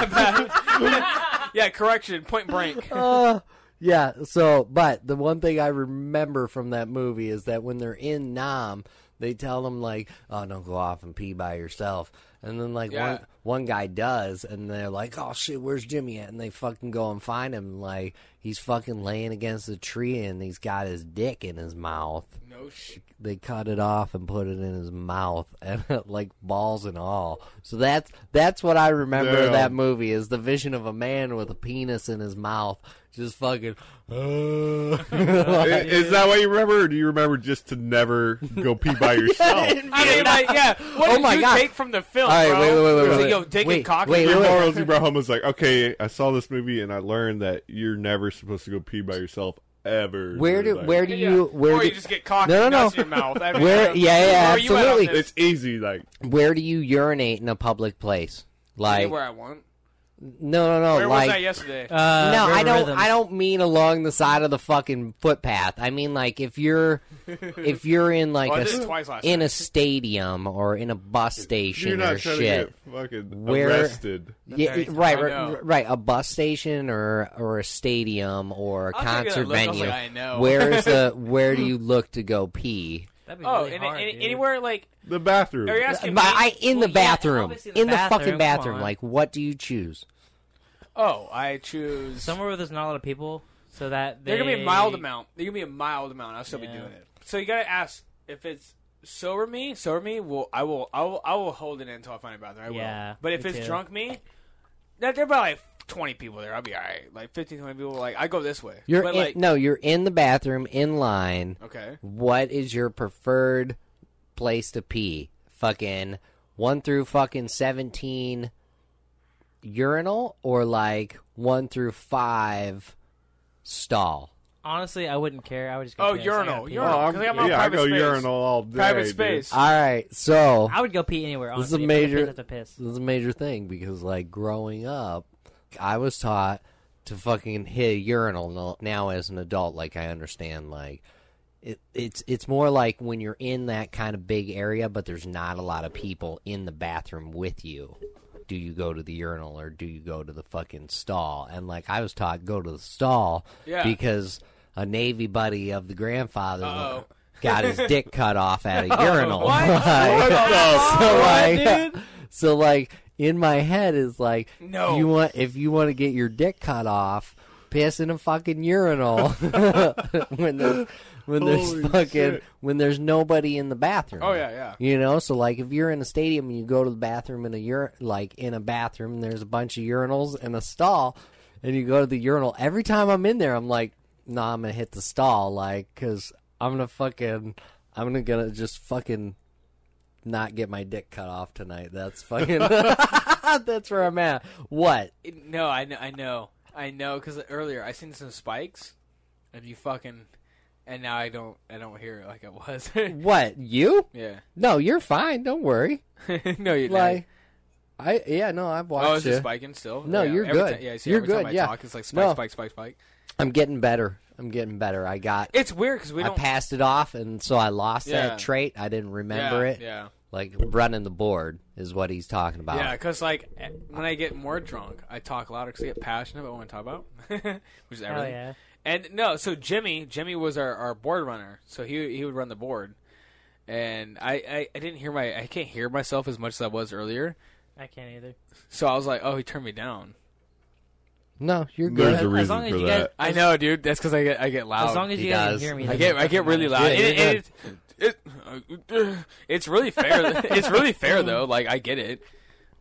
S2: yeah, correction. Point Break.
S1: uh, Yeah, so but the one thing I remember from that movie is that when they're in Nam, they tell them like, "Oh, don't go off and pee by yourself." And then like
S2: Yeah.
S1: one one guy does, and they're like, "Oh shit, where's Jimmy at?" And they fucking go and find him. Like he's fucking laying against a tree, and he's got his dick in his mouth.
S2: No shit.
S1: They cut it off and put it in his mouth, and like balls and all. So that's that's what I remember of
S3: Damn.
S1: that movie is the vision of a man with a penis in his mouth, just fucking. uh,
S3: I- Is that what you remember, or do you remember just to never go pee by yourself?
S4: I mean, like, yeah. What
S1: Oh
S4: did
S1: my
S4: you
S1: God.
S4: take from the film,
S1: All right,
S4: bro?
S1: wait, wait, wait,
S4: It was
S1: wait,
S4: like,
S1: wait.
S4: yo, dick
S1: Wait,
S4: and cock.
S1: wait,
S4: and
S1: wait,
S3: Your
S1: wait.
S3: morals you brought home was like, okay, I saw this movie and I learned that you're never supposed to go pee by yourself ever.
S1: Where do
S3: Like,
S1: where do
S4: yeah.
S1: you where
S4: or
S1: do
S4: you just get cock
S1: No,
S4: and
S1: no,
S4: nuts
S1: no.
S4: in your mouth. I mean,
S1: Where- yeah, yeah,
S4: where you at on
S1: absolutely.
S4: this?
S3: It's easy, like
S1: where do you urinate in a public place? Like
S2: Anywhere I want.
S1: no, no, no,
S2: Where was I
S1: like.
S2: yesterday?
S4: Uh,
S1: No, I
S4: River
S1: don't.
S4: Rhythms.
S1: I don't mean along the side of the fucking footpath. I mean like if you're, if you're in like
S2: Oh, I
S1: a
S2: did it
S1: s-
S2: twice last
S1: in
S2: night.
S1: a stadium or in a bus station
S3: you're not
S1: or
S3: trying
S1: shit.
S3: to get fucking
S1: Where-
S3: arrested.
S1: Yeah,
S4: very-
S1: right,
S2: I
S1: right,
S2: know.
S1: right. A bus station or or a stadium or a
S2: I'll give you that
S1: concert
S2: look. I was
S1: venue.
S2: like, I know.
S1: Where is the where do you look to go pee?
S4: That'd be
S2: oh,
S4: really
S2: and,
S4: hard,
S2: and-
S4: dude.
S2: anywhere like
S3: The bathroom.
S4: Oh,
S2: are you asking
S1: But
S2: me?
S1: I in the
S4: Well, yeah,
S1: bathroom,
S4: obviously
S1: in the fucking
S4: come
S1: bathroom.
S4: on.
S1: Like, what do you choose?
S2: oh, I choose.
S4: somewhere where there's not a lot of people, so that they...
S2: They're gonna be a mild amount. They're gonna be a mild amount. I'll still be
S4: Yeah.
S2: doing it. So you gotta ask if it's sober me. Sober me. Will I will I will I will hold it in until I find a bathroom. I will.
S4: Yeah,
S2: but if
S4: me
S2: it's
S4: too.
S2: drunk me, that there are about like twenty people there. I'll be all right. Like 15, 20 people. Like I go this way.
S1: You're
S2: but
S1: in,
S2: like
S1: no, you're in the bathroom in line.
S2: okay.
S1: What is your preferred place to pee? Fucking one through fucking seventeen urinal or like one through five stall.
S4: Honestly, I wouldn't care. I would just go
S2: Oh,
S4: piss. I gotta
S2: urinal,
S4: pee.
S3: Oh,
S2: urinal.
S3: I'm,
S2: 'Cause I got my own
S3: yeah, I
S2: private
S3: go
S2: space.
S3: urinal all day.
S2: Private
S3: dude.
S2: space.
S1: All right, so
S4: I would go pee anywhere,
S1: This is a
S4: honestly.
S1: major-
S4: If I have to piss, I have to
S1: this is a major thing because like growing up i was taught to fucking hit a urinal no- now as an adult like i understand like it, it's it's more like when you're in that kind of big area but there's not a lot of people in the bathroom with you do you go to the urinal or do you go to the fucking stall and like i was taught go to the stall
S2: Yeah.
S1: because a navy buddy of the grandfather
S2: Uh-oh. Oh,
S1: got his dick cut off at a urinal
S2: what?
S1: Like-
S3: What the?
S1: so like,
S2: dude.
S1: so like in my head is like,
S2: No.
S1: if you want if you want to get your dick cut off, piss in a fucking urinal when there's when there's
S3: Holy
S1: fucking
S3: shit.
S1: when there's nobody in the bathroom.
S2: Oh, yeah, yeah.
S1: You know, so like if you're in a stadium and you go to the bathroom in a ur- like in a bathroom, and there's a bunch of urinals and a stall, and you go to the urinal. Every time I'm in there, I'm like, nah, I'm gonna hit the stall, like, cause I'm gonna fucking, I'm gonna gonna just fucking not get my dick cut off tonight. That's fucking. that's where I'm at. What?
S2: No, I know, I know, I know. Because earlier I seen some spikes, and you fucking, and now I don't, I don't hear it like I was.
S1: What? You?
S2: yeah.
S1: No, you're fine. Don't worry.
S2: no, you
S1: Like, I yeah, no, I've watched
S2: Oh, is
S1: you.
S2: it spiking still?
S1: No,
S2: yeah.
S1: you're
S2: every
S1: good.
S2: ti- yeah, I see
S1: You're
S2: every time
S1: good,
S2: I
S1: yeah.
S2: talk, it's like spike,
S1: No.
S2: spike, spike, spike.
S1: I'm getting better. I'm getting better. I got.
S2: It's weird because we
S1: I
S2: don't
S1: passed it off, and so I lost
S2: Yeah.
S1: that trait. I didn't remember
S2: yeah,
S1: it.
S2: Yeah,
S1: Like running the board is what he's talking about.
S2: yeah, because like eh, when I get more drunk, I talk louder because I get passionate about what I want to talk about, which is
S4: piss.
S2: everything.
S4: Hell yeah.
S2: And no, so Jimmy, Jimmy was our, our board runner, so he he would run the board, and I, I I didn't hear my I can't hear myself as much as I was earlier,
S4: I can't either.
S2: so I was like, oh, he turned me down.
S1: No, you're
S3: There's
S1: good.
S3: a
S4: As
S3: reason
S4: long as
S3: for
S4: you
S3: that.
S4: guys-
S2: I know, dude. That's because I get I get loud.
S4: As long as
S1: He
S4: you guys
S1: does.
S4: can hear me,
S2: I
S4: that
S2: get
S4: doesn't
S2: I get
S4: fucking
S2: really
S4: matter.
S2: loud.
S1: Yeah,
S2: It-
S1: you're
S2: it- it- it- uh, it's really fair. it's really fair though. Like I get it,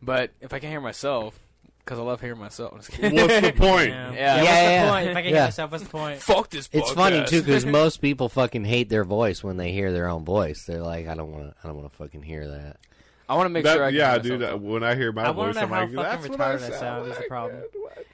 S2: but if I can hear myself, because I love hearing myself. I'm just kidding.
S3: What's the point?
S2: Yeah.
S4: What's
S1: Yeah, yeah,
S4: the point? If I can hear
S1: yeah.
S4: myself, what's the point?
S2: Fuck this.
S1: It's
S2: podcast.
S1: funny too because most people fucking hate their voice when they hear their own voice. They're like, I don't want to. I don't want to fucking hear that.
S2: I want to make
S3: That-
S2: sure. I can
S3: yeah,
S2: hear
S3: dude.
S2: myself.
S3: uh, When I hear my
S4: I wanna
S3: voice,
S4: know
S3: I'm
S4: how
S3: like, that's
S4: fucking
S3: what I
S4: retarded I sound is the
S3: like,
S4: problem.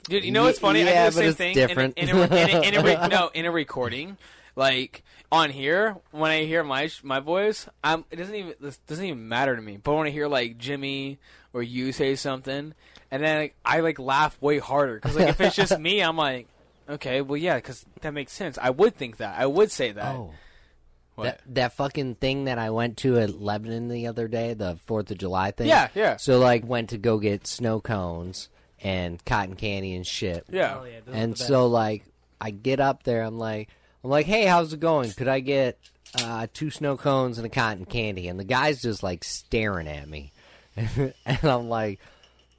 S2: Dude, you know what's funny?
S1: Yeah,
S2: I
S1: but
S2: do the same
S1: it's
S2: thing.
S1: different.
S2: In a, in a, in a, in a, re- no, in a recording, like on here, when I hear my sh- my voice, I'm, it doesn't even this doesn't even matter to me. But when I hear like Jimmy or you say something, and then like, I like laugh way harder because like if it's just me, I'm like, okay, well yeah, because that makes sense. I would think that. I would say that.
S1: Oh,
S2: What?
S1: that that fucking thing that I went to at Lebanon the other day, the Fourth of July thing.
S2: Yeah, yeah.
S1: So like, went to go get snow cones and cotton candy and shit.
S2: yeah.
S4: Hell Oh, yeah, those are the
S1: And
S4: best.
S1: so like I get up there. I'm like, I'm like, hey, how's it going? Could I get uh, two snow cones and a cotton candy? And the guy's just like staring at me, and I'm like,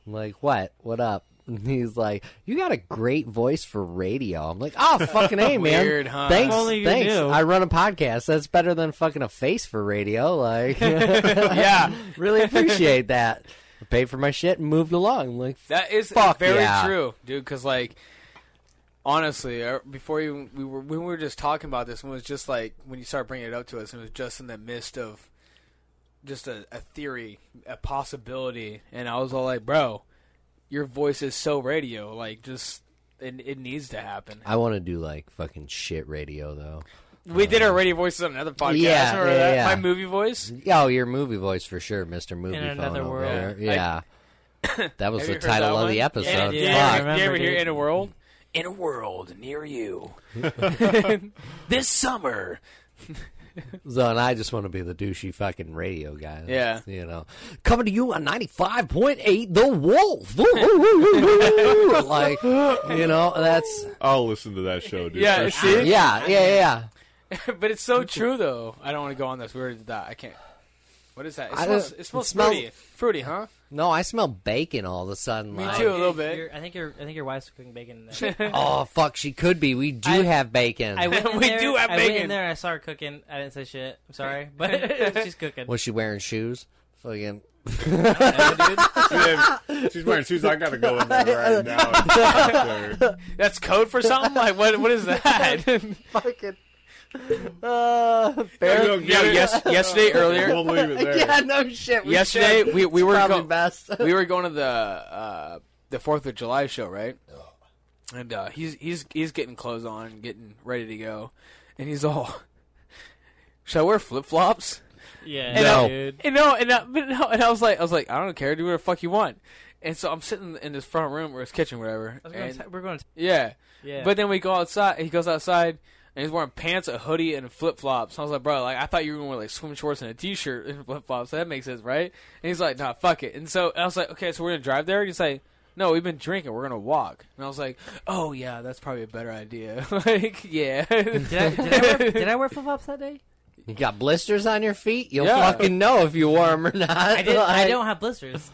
S1: I'm like, what? What up? And he's like, you got a great voice for radio. I'm like, oh, fucking hey, man.
S2: Weird, huh?
S1: Thanks,
S4: If only you
S1: thanks.
S4: knew.
S1: I run a podcast. That's better than fucking a face for radio. Like,
S2: yeah,
S1: really appreciate that. I paid for my shit and moved along. Like,
S2: that is
S1: Fuck
S2: very
S1: yeah.
S2: true, dude. Because like, honestly, uh, before you, we were when we were just talking about this, it was just like when you started bringing it up to us, it was just in the midst of just a, a theory, a possibility, and I was all like, bro, your voice is so radio, like just. It, it needs to happen.
S1: I want to do like fucking shit radio though.
S2: We did our radio voices on another podcast.
S1: yeah,
S2: Remember
S1: yeah,
S2: that?
S1: yeah.
S2: My movie voice.
S1: Yeah, Oh, your movie voice for sure, Mister Movie
S4: In
S1: Phone.
S4: Another
S1: over there.
S4: World.
S2: I-
S1: Yeah, that was the
S2: Have you heard that
S1: title of
S2: one?
S1: the episode.
S2: Yeah,
S4: I
S1: Fuck.
S2: yeah, you ever
S4: remember,
S2: hear
S4: dude.
S2: "In a World"? In a world near you, this summer.
S1: So, and I just want to be the douchey fucking radio guy.
S2: Yeah.
S1: you know, coming to you on ninety five point eight, The Wolf. like, you know, that's
S3: I'll listen to that show, dude.
S2: Yeah,
S3: for
S2: see?
S3: sure.
S1: yeah, yeah, yeah.
S2: but it's so true though. I don't want to go on this. We already did that. I can't. What is that? It
S1: I
S2: smells,
S1: don't-
S2: it smells
S1: it smell-
S2: fruity. Fruity, huh?
S1: No, I smell bacon all of a sudden.
S2: Me
S1: like,
S2: too, a little bit.
S4: Your- I think your I think your wife's cooking bacon. In there.
S1: Oh fuck, she could be. We do
S4: I-
S1: have bacon.
S4: I went in
S2: We
S4: there,
S2: do have
S4: I went
S2: bacon.
S4: in there. I saw her cooking. I didn't say shit. I'm sorry, but she's cooking.
S1: was she wearing shoes? Fucking.
S3: Damn, She's wearing shoes. I gotta go in there right now.
S2: That's code for something. Like what? What is that?
S1: Fucking. Uh,
S3: There
S1: Barrett-
S3: you go.
S2: yeah, yes. Yesterday earlier.
S3: We'll leave it there.
S1: yeah, no shit. We
S2: Yesterday,
S1: should.
S2: we- we
S1: It's
S2: were
S1: probably
S2: go-
S1: best.
S2: we were going to the uh, the Fourth of July show, right? And uh, he's he's he's getting clothes on, and getting ready to go, and he's all, "Should I wear flip flops?"
S4: yeah,
S2: And
S1: No.
S2: I,
S4: dude.
S2: And no, and I, but no, and I was like, I was like, I don't care, do whatever the fuck you want. And so I'm sitting in this front room or his kitchen, whatever.
S4: I was
S2: and-
S4: going to, we're going to.
S2: yeah.
S4: Yeah,
S2: But then we go outside. He goes outside and he's wearing pants, a hoodie, and flip flops. I was like, bro, like I thought you were gonna wear like swim shorts and a t-shirt and flip flops. That makes sense, right? And he's like, nah, fuck it. And so I was like, okay, so we're gonna drive there. And he's like, no, we've been drinking. We're gonna walk. And I was like, oh yeah, that's probably a better idea. like, yeah.
S4: did I, did I wear, did I wear flip flops that day?
S1: You got blisters on your feet? You'll
S2: Yeah.
S1: fucking know if you wore them or not.
S4: I did. I don't have blisters.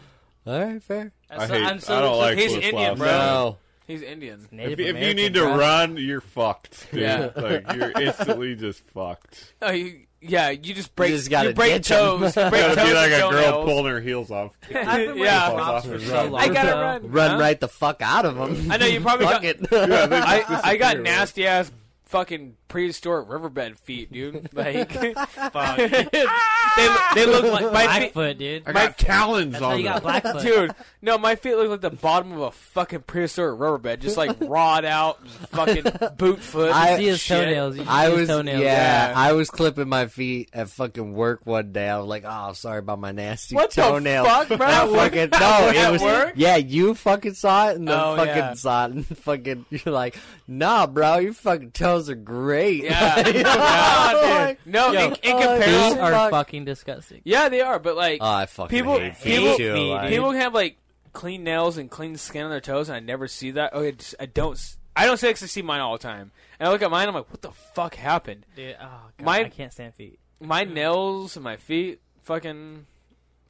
S1: All right, fair.
S3: I hate.
S4: I'm so,
S3: I don't like
S2: he's
S3: flip
S2: Indian,
S3: flops.
S2: bro.
S1: No.
S2: he's Indian.
S4: Native
S3: If, if you
S4: American,
S3: need to
S4: bro.
S3: run, you're fucked. Dude.
S2: Yeah.
S3: like you're instantly just fucked.
S2: Oh, you, yeah, you just break.
S1: just gotta
S2: you break
S1: ditch 'em.
S2: toes. You break
S3: Gotta
S2: toes
S3: be like
S2: and
S3: a girl
S2: toenails.
S3: pulling her heels off.
S4: I've
S2: Yeah.
S4: been wearing
S3: Flip-flops
S4: flops for
S3: and
S4: so
S3: run.
S4: long.
S2: I gotta
S4: bro.
S2: run.
S1: Run
S2: huh?
S1: right the fuck out of them.
S2: I know you probably
S1: fuck
S2: got-
S1: it.
S3: Yeah, they just
S2: I, I got
S3: disappear, right?
S2: nasty ass fucking prehistoric riverbed feet, dude. Like
S4: Fuck.
S2: they they look like my feet,
S4: Blackfoot, dude.
S3: I
S4: That's
S3: got talons
S4: how
S3: on
S4: you got
S3: them.
S4: Blackfoot.
S2: dude. No, my feet look like the bottom of a fucking prehistoric riverbed, just like rod out, and fucking boot foot.
S1: I-
S4: You see his
S2: shit.
S4: toenails. You see
S1: I
S4: his
S1: was,
S4: toenails.
S1: yeah,
S2: Yeah.
S1: I was clipping my feet at fucking work one day. I was like, oh, sorry about my nasty
S2: What the
S1: toenail.
S2: fuck, bro?
S1: I fucking, no, it
S2: At
S1: was,
S2: work?
S1: yeah, you fucking saw it and then
S2: Oh,
S1: fucking
S2: yeah.
S1: saw it and fucking, you're like, nah, bro, your fucking toes are great.
S2: Yeah.
S1: Like,
S2: Yeah,
S1: like,
S2: dude. No,
S1: Yo,
S2: in, in
S1: oh,
S4: Those
S2: comparison,
S1: dude.
S4: are
S1: Fuck.
S4: fucking disgusting.
S2: yeah, they are. But like,
S1: oh, I fucking
S2: People-
S1: hate
S2: people-
S1: feet too.
S4: feet,
S1: like-
S2: people have like clean nails and clean skin on their toes, and I never see that. Oh, I, just, I don't. s- I don't actually see mine all the time. And I look at mine, I'm like, what the fuck happened?
S4: Dude, oh god,
S2: My-
S4: I can't stand feet.
S2: my nails and my feet fucking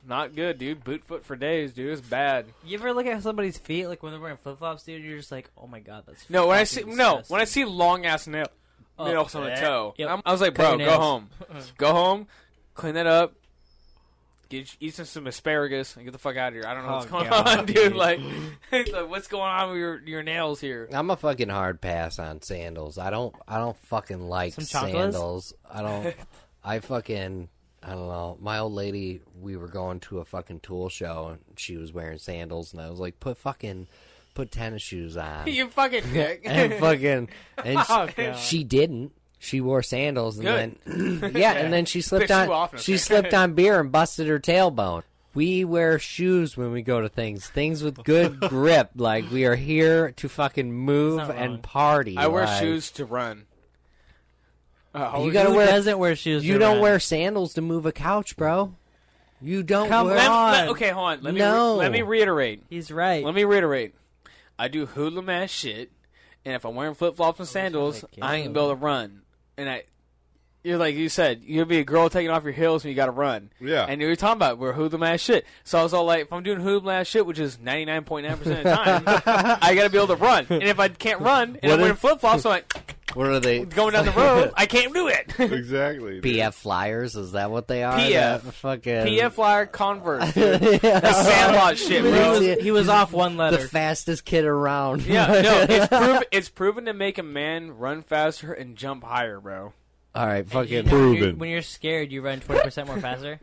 S2: not good, dude. Boot foot for days, dude. It's bad.
S4: You ever look at somebody's feet, like when they're wearing flip flops, dude? You're just like, oh my god, that's
S2: No, when I see
S4: fucking
S2: no, when I
S4: disgusting.
S2: see long ass nail
S4: Oh,
S2: nails on a
S4: eh,
S2: toe,
S4: yep.
S2: I'm- i was like,
S4: Cut
S2: bro, go
S4: your nails.
S2: home, go home, clean that up, get eat some, some asparagus, and get the fuck out of here. I don't know
S4: Oh,
S2: what's going
S4: God,
S2: on, dude.
S4: dude.
S2: Like, it's like, what's going on with your your nails here?
S1: I'm a fucking hard pass on sandals. I don't I don't fucking like
S4: Some chocolates?
S1: sandals. I don't I fucking I don't know. My old lady, we were going to a fucking tool show and she was wearing sandals and I was like, "Put fucking put tennis shoes on."
S2: you fucking dick.
S1: and fucking and
S4: Oh,
S1: she,
S4: God.
S1: she didn't. She wore sandals and
S2: Good.
S1: then yeah, and then she slipped
S2: Pissed you off,
S1: on
S2: no
S1: she
S2: kidding.
S1: slipped on beer and busted her tailbone. We wear shoes when we go to things. Things with good grip. Like we are here to fucking move
S4: It's not
S1: and
S4: wrong.
S1: party.
S2: I wear
S1: like-
S2: shoes to run. Uh,
S1: You gotta
S4: Who
S1: wear.
S4: doesn't wear shoes?
S1: You
S4: to
S1: don't
S4: run?
S1: wear sandals to move a couch, bro. You don't.
S4: Come
S1: wear,
S2: Let- let-
S4: on.
S2: okay, hold on. Let me
S1: No.
S2: re- let me reiterate.
S4: He's right.
S2: Let me reiterate. I do hoodlum ass shit, and if I'm wearing flip flops and sandals,
S4: like,
S2: I ain't gonna be able to run. And I, you're like you said, you'll be a girl taking off your heels and you got to run.
S3: Yeah.
S2: And you were talking about we're hoodlum ass shit. So I was all like, if I'm doing hoodlum ass shit, which is 99.9 percent of the time, I got to be able to run. And if I can't run, and
S1: What
S2: I'm wearing
S1: if-
S2: flip flops, I'm like
S1: What are they?
S2: going down the road, I can't do it.
S3: Exactly. dude.
S1: PF flyers? Is that what they are?
S2: PF.
S1: That fucking
S2: PF flyer convert, the sandlot shit,
S4: He
S2: bro.
S4: was, he was off one
S1: The
S4: letter.
S1: fastest kid around.
S2: Yeah, no, it's proven. It's proven to make a man run faster and jump higher, bro.
S1: All right,
S4: You
S1: fucking.
S4: know, when you're-
S3: Proven.
S4: When you're scared, you run twenty percent more faster.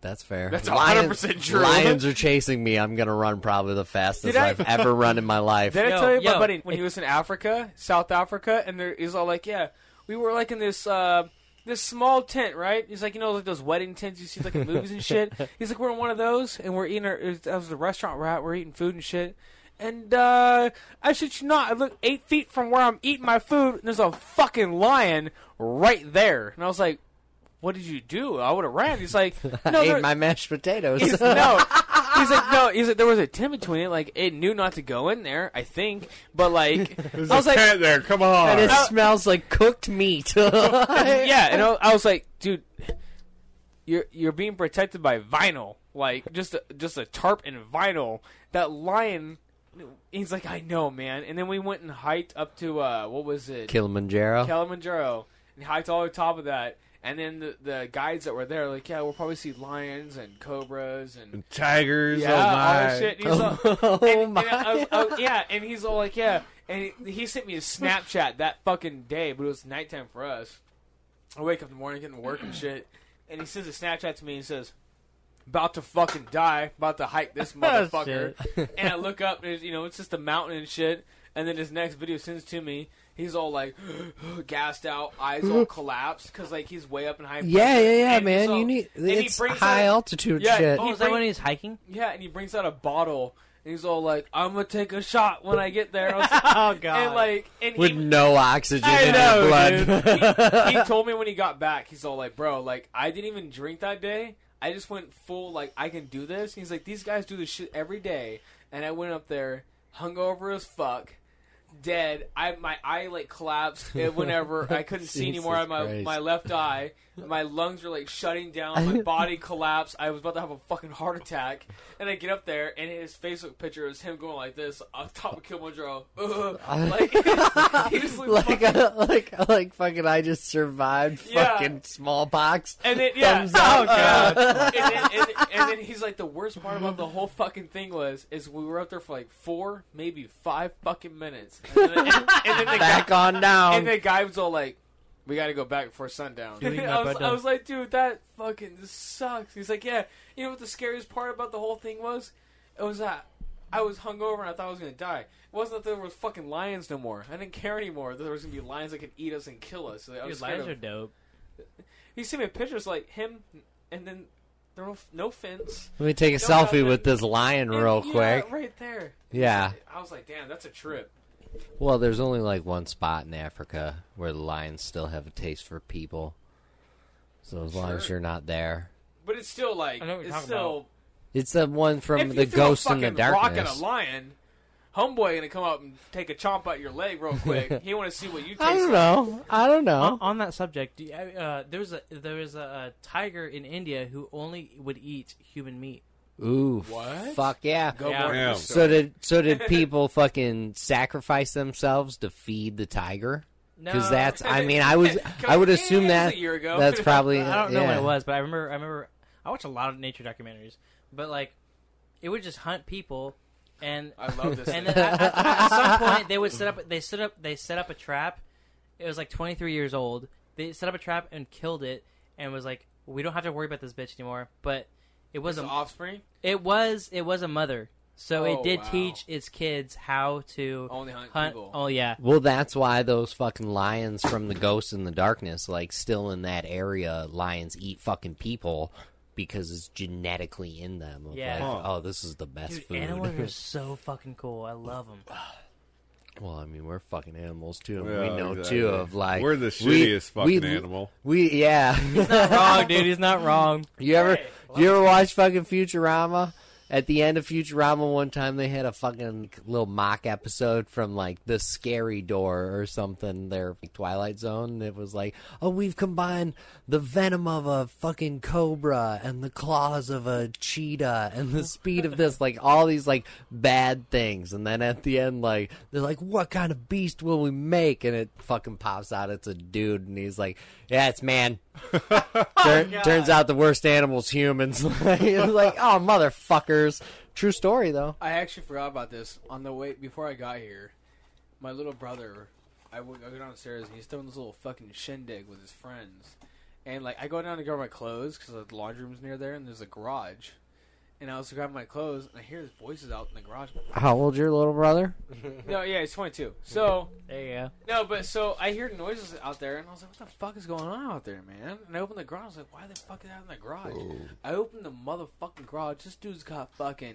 S1: That's fair.
S2: That's
S1: Lions-
S2: 100% true.
S1: Lions are chasing me. I'm gonna run probably the fastest
S2: Did I-
S1: I've ever run in my life.
S2: Did I
S4: Yo,
S2: tell you about
S4: yo,
S2: buddy when he
S4: if-
S2: was in Africa, South Africa, and there he's all like, "Yeah, we were like in this uh, this small tent, right?" He's like, "You know, like those wedding tents you see like in movies and shit." He's like, "We're in one of those, and we're eating. Our, it was- that was the restaurant we're at. We're eating food and shit." And uh, I should you not. I look eight feet from where I'm eating my food, and there's a fucking lion right there. And I was like, "What did you do? I would have ran." He's like, "No,
S1: I ate
S2: there-
S1: my mashed potatoes.
S2: He's, no, he's like no. He's like there was a tent between it. Like it knew not to go in there. I think, but like
S3: There's
S2: I was
S3: a
S2: like,
S3: cat there. Come on.
S1: and it
S2: Uh,
S1: smells like cooked meat.
S2: yeah, and I, I was like, dude, you're you're being protected by vinyl, like just a, just a tarp and vinyl. That lion, he's like, I know, man. And then we went and hiked up to uh, what was it,
S1: Kilimanjaro.
S2: Kilimanjaro, and hiked all the top of that. And then the, the guides that were there, like, yeah, we'll probably see lions and cobras and
S3: Tigers.
S2: Yeah,
S3: oh
S2: all this
S3: my.
S2: shit. And He's all,
S1: Oh
S2: and- and
S1: my.
S2: I was- I was- yeah, and he's all like, yeah. And he, he sent me a Snapchat that fucking day, but it was nighttime for us. I wake up in the morning, getting to work and shit, and he sends a Snapchat to me and says, "About to fucking die, about to hike this motherfucker."
S1: Oh,
S2: and I look up, and it's, you know, it's just a mountain and shit. And then his next video sends to me. He's all like, gassed out, eyes all collapsed, because like he's way up in high.
S1: Yeah,
S2: pressure.
S1: yeah, yeah,
S2: And
S1: man.
S2: so-
S1: you need
S2: and he
S1: it's
S2: brings
S1: high
S2: up-
S1: altitude
S2: Yeah,
S1: shit.
S4: Oh,
S2: He
S4: is that
S2: bring-
S4: when he's hiking?
S2: yeah, and he brings out a bottle, and he's all like, "I'm gonna take a shot when I get there." I was-
S4: Oh god!
S2: and like, and
S1: With
S2: he,
S1: no oxygen
S2: I
S1: in
S2: know,
S1: your blood.
S2: dude. he, he told me when he got back, he's all like, "Bro, like I didn't even drink that day. I just went full like I can do this." He's like, "These guys do this shit every day," and I went up there hungover as fuck. Dead. I my eye like collapsed. and Whenever I couldn't see anymore,
S1: Jesus
S2: on my
S1: Christ.
S2: my left eye, my lungs were like shutting down. My body collapsed. I was about to have a fucking heart attack. And I get up there, and his Facebook picture was him going like this on top of Kilimanjaro. Ugh. Like he just looked
S1: like,
S2: fucking
S1: uh, like, like, fucking, I just survived
S2: Yeah.
S1: fucking smallpox.
S2: And then yeah,
S1: Thumbs up.
S2: Oh, God. and, then, and, and then he's like, the worst part about the whole fucking thing was is we were up there for like four, maybe five fucking minutes, and then, and, and then the guy,
S1: Back on down.
S2: and the guy was all like, "We got to go back before sundown."
S4: Dude, we got
S2: I, was,
S4: butt done.
S2: I was like, "Dude, that fucking sucks." He's like, "Yeah, you know what the scariest part about the whole thing was? It was that." I was hungover and I thought I was gonna die. It wasn't that there was fucking lions no more. I didn't care anymore that there was gonna be lions that could eat us and kill us. I was
S4: Dude,
S2: scared
S4: lions
S2: of-
S4: are dope.
S2: you see me pictures like him, and then there were f- no fence.
S1: Let me take a
S2: Don't
S1: selfie
S2: happen.
S1: with this lion
S2: And,
S1: real
S2: yeah,
S1: quick.
S2: right there.
S1: Yeah.
S2: I was like, damn, that's a trip.
S1: Well, there's only like one spot in Africa where the lions still have a taste for people. So as long as
S2: Sure.
S1: you're not there,
S2: But it's still like,
S4: I know what you're
S2: it's
S4: talking
S2: still
S1: it's the one from
S2: if
S1: the
S2: you throw
S1: Ghost
S2: a
S1: in the
S2: fucking rock at
S1: Darkness.
S2: a lion, homeboy gonna come up and take a chomp out your leg real quick. he want to see what you taste.
S1: I don't
S2: like.
S1: know. I don't
S4: On,
S1: know.
S4: on that subject, do you- uh, there was a there was a, uh tiger in India who only would eat human meat.
S1: Ooh,
S2: What?
S1: Fuck yeah.
S2: Go
S4: Yeah.
S2: more
S3: Yeah.
S2: into the
S1: So
S2: story.
S1: did so did people fucking sacrifice themselves to feed the tiger? Because
S4: No.
S1: that's I mean I was I would
S2: Yeah,
S1: assume
S2: it was
S1: that
S2: a year ago.
S1: that's probably
S4: I don't know
S1: yeah.
S4: what it was, but I remember I remember I watch a lot of nature documentaries, but like it would just hunt people, and
S2: I love this.
S4: and
S2: thing.
S4: then at, at- at some point they would set up they set up they set up a trap. It was like 23 years old. They set up a trap and killed it, and was like, we don't have to worry about this bitch anymore. But it was
S2: His
S4: a
S2: offspring
S4: It was it was a mother, so
S2: Oh,
S4: it did
S2: wow.
S4: teach its kids how to
S2: only hunt,
S4: hunt.
S2: people.
S4: Oh yeah,
S1: Well, that's why those fucking lions from the Ghost in the Darkness, like still in that area, lions eat fucking people because it's genetically in them. of
S4: Yeah.
S1: like,
S3: Huh.
S1: oh, this is the best
S4: dude,
S1: food.
S4: animals are so fucking cool. I love them.
S1: Well, I mean, we're fucking animals too. and
S3: Yeah,
S1: we know
S3: Oh, exactly.
S1: too of like
S3: We're the
S1: we-
S3: shittiest fucking
S1: we-
S3: animal.
S1: We yeah.
S4: He's not wrong, dude. He's not wrong.
S1: you ever you ever watch fucking Futurama? At the end of Futurama, one time they had a fucking little mock episode from like the scary door or something, their Twilight Zone. And it was like, oh, we've combined the venom of a fucking cobra and the claws of a cheetah and the speed of this, like all these like bad things. And then at the end, like, they're like, what kind of beast will we make? And it fucking pops out. It's a dude. And he's like, yeah, it's man. Tur- turns out the worst animals humans. like, it's like, oh motherfuckers. True story though.
S2: I actually forgot about this on the way before I got here. My little brother, I would I go downstairs and he's throwing this little fucking shindig with his friends, and like I go down to grab my clothes because the laundry room's near there and there's a garage, and I was grabbing my clothes and I hear his voices out in the garage.
S1: How old your little brother?
S2: No, yeah, he's 22. So
S4: There you go.
S2: no, but so I hear noises out there and I was like, what the fuck is going on out there, man? And I open the garage. I was like, why the fuck is that in the garage? I opened the motherfucking garage. This dude's got fucking.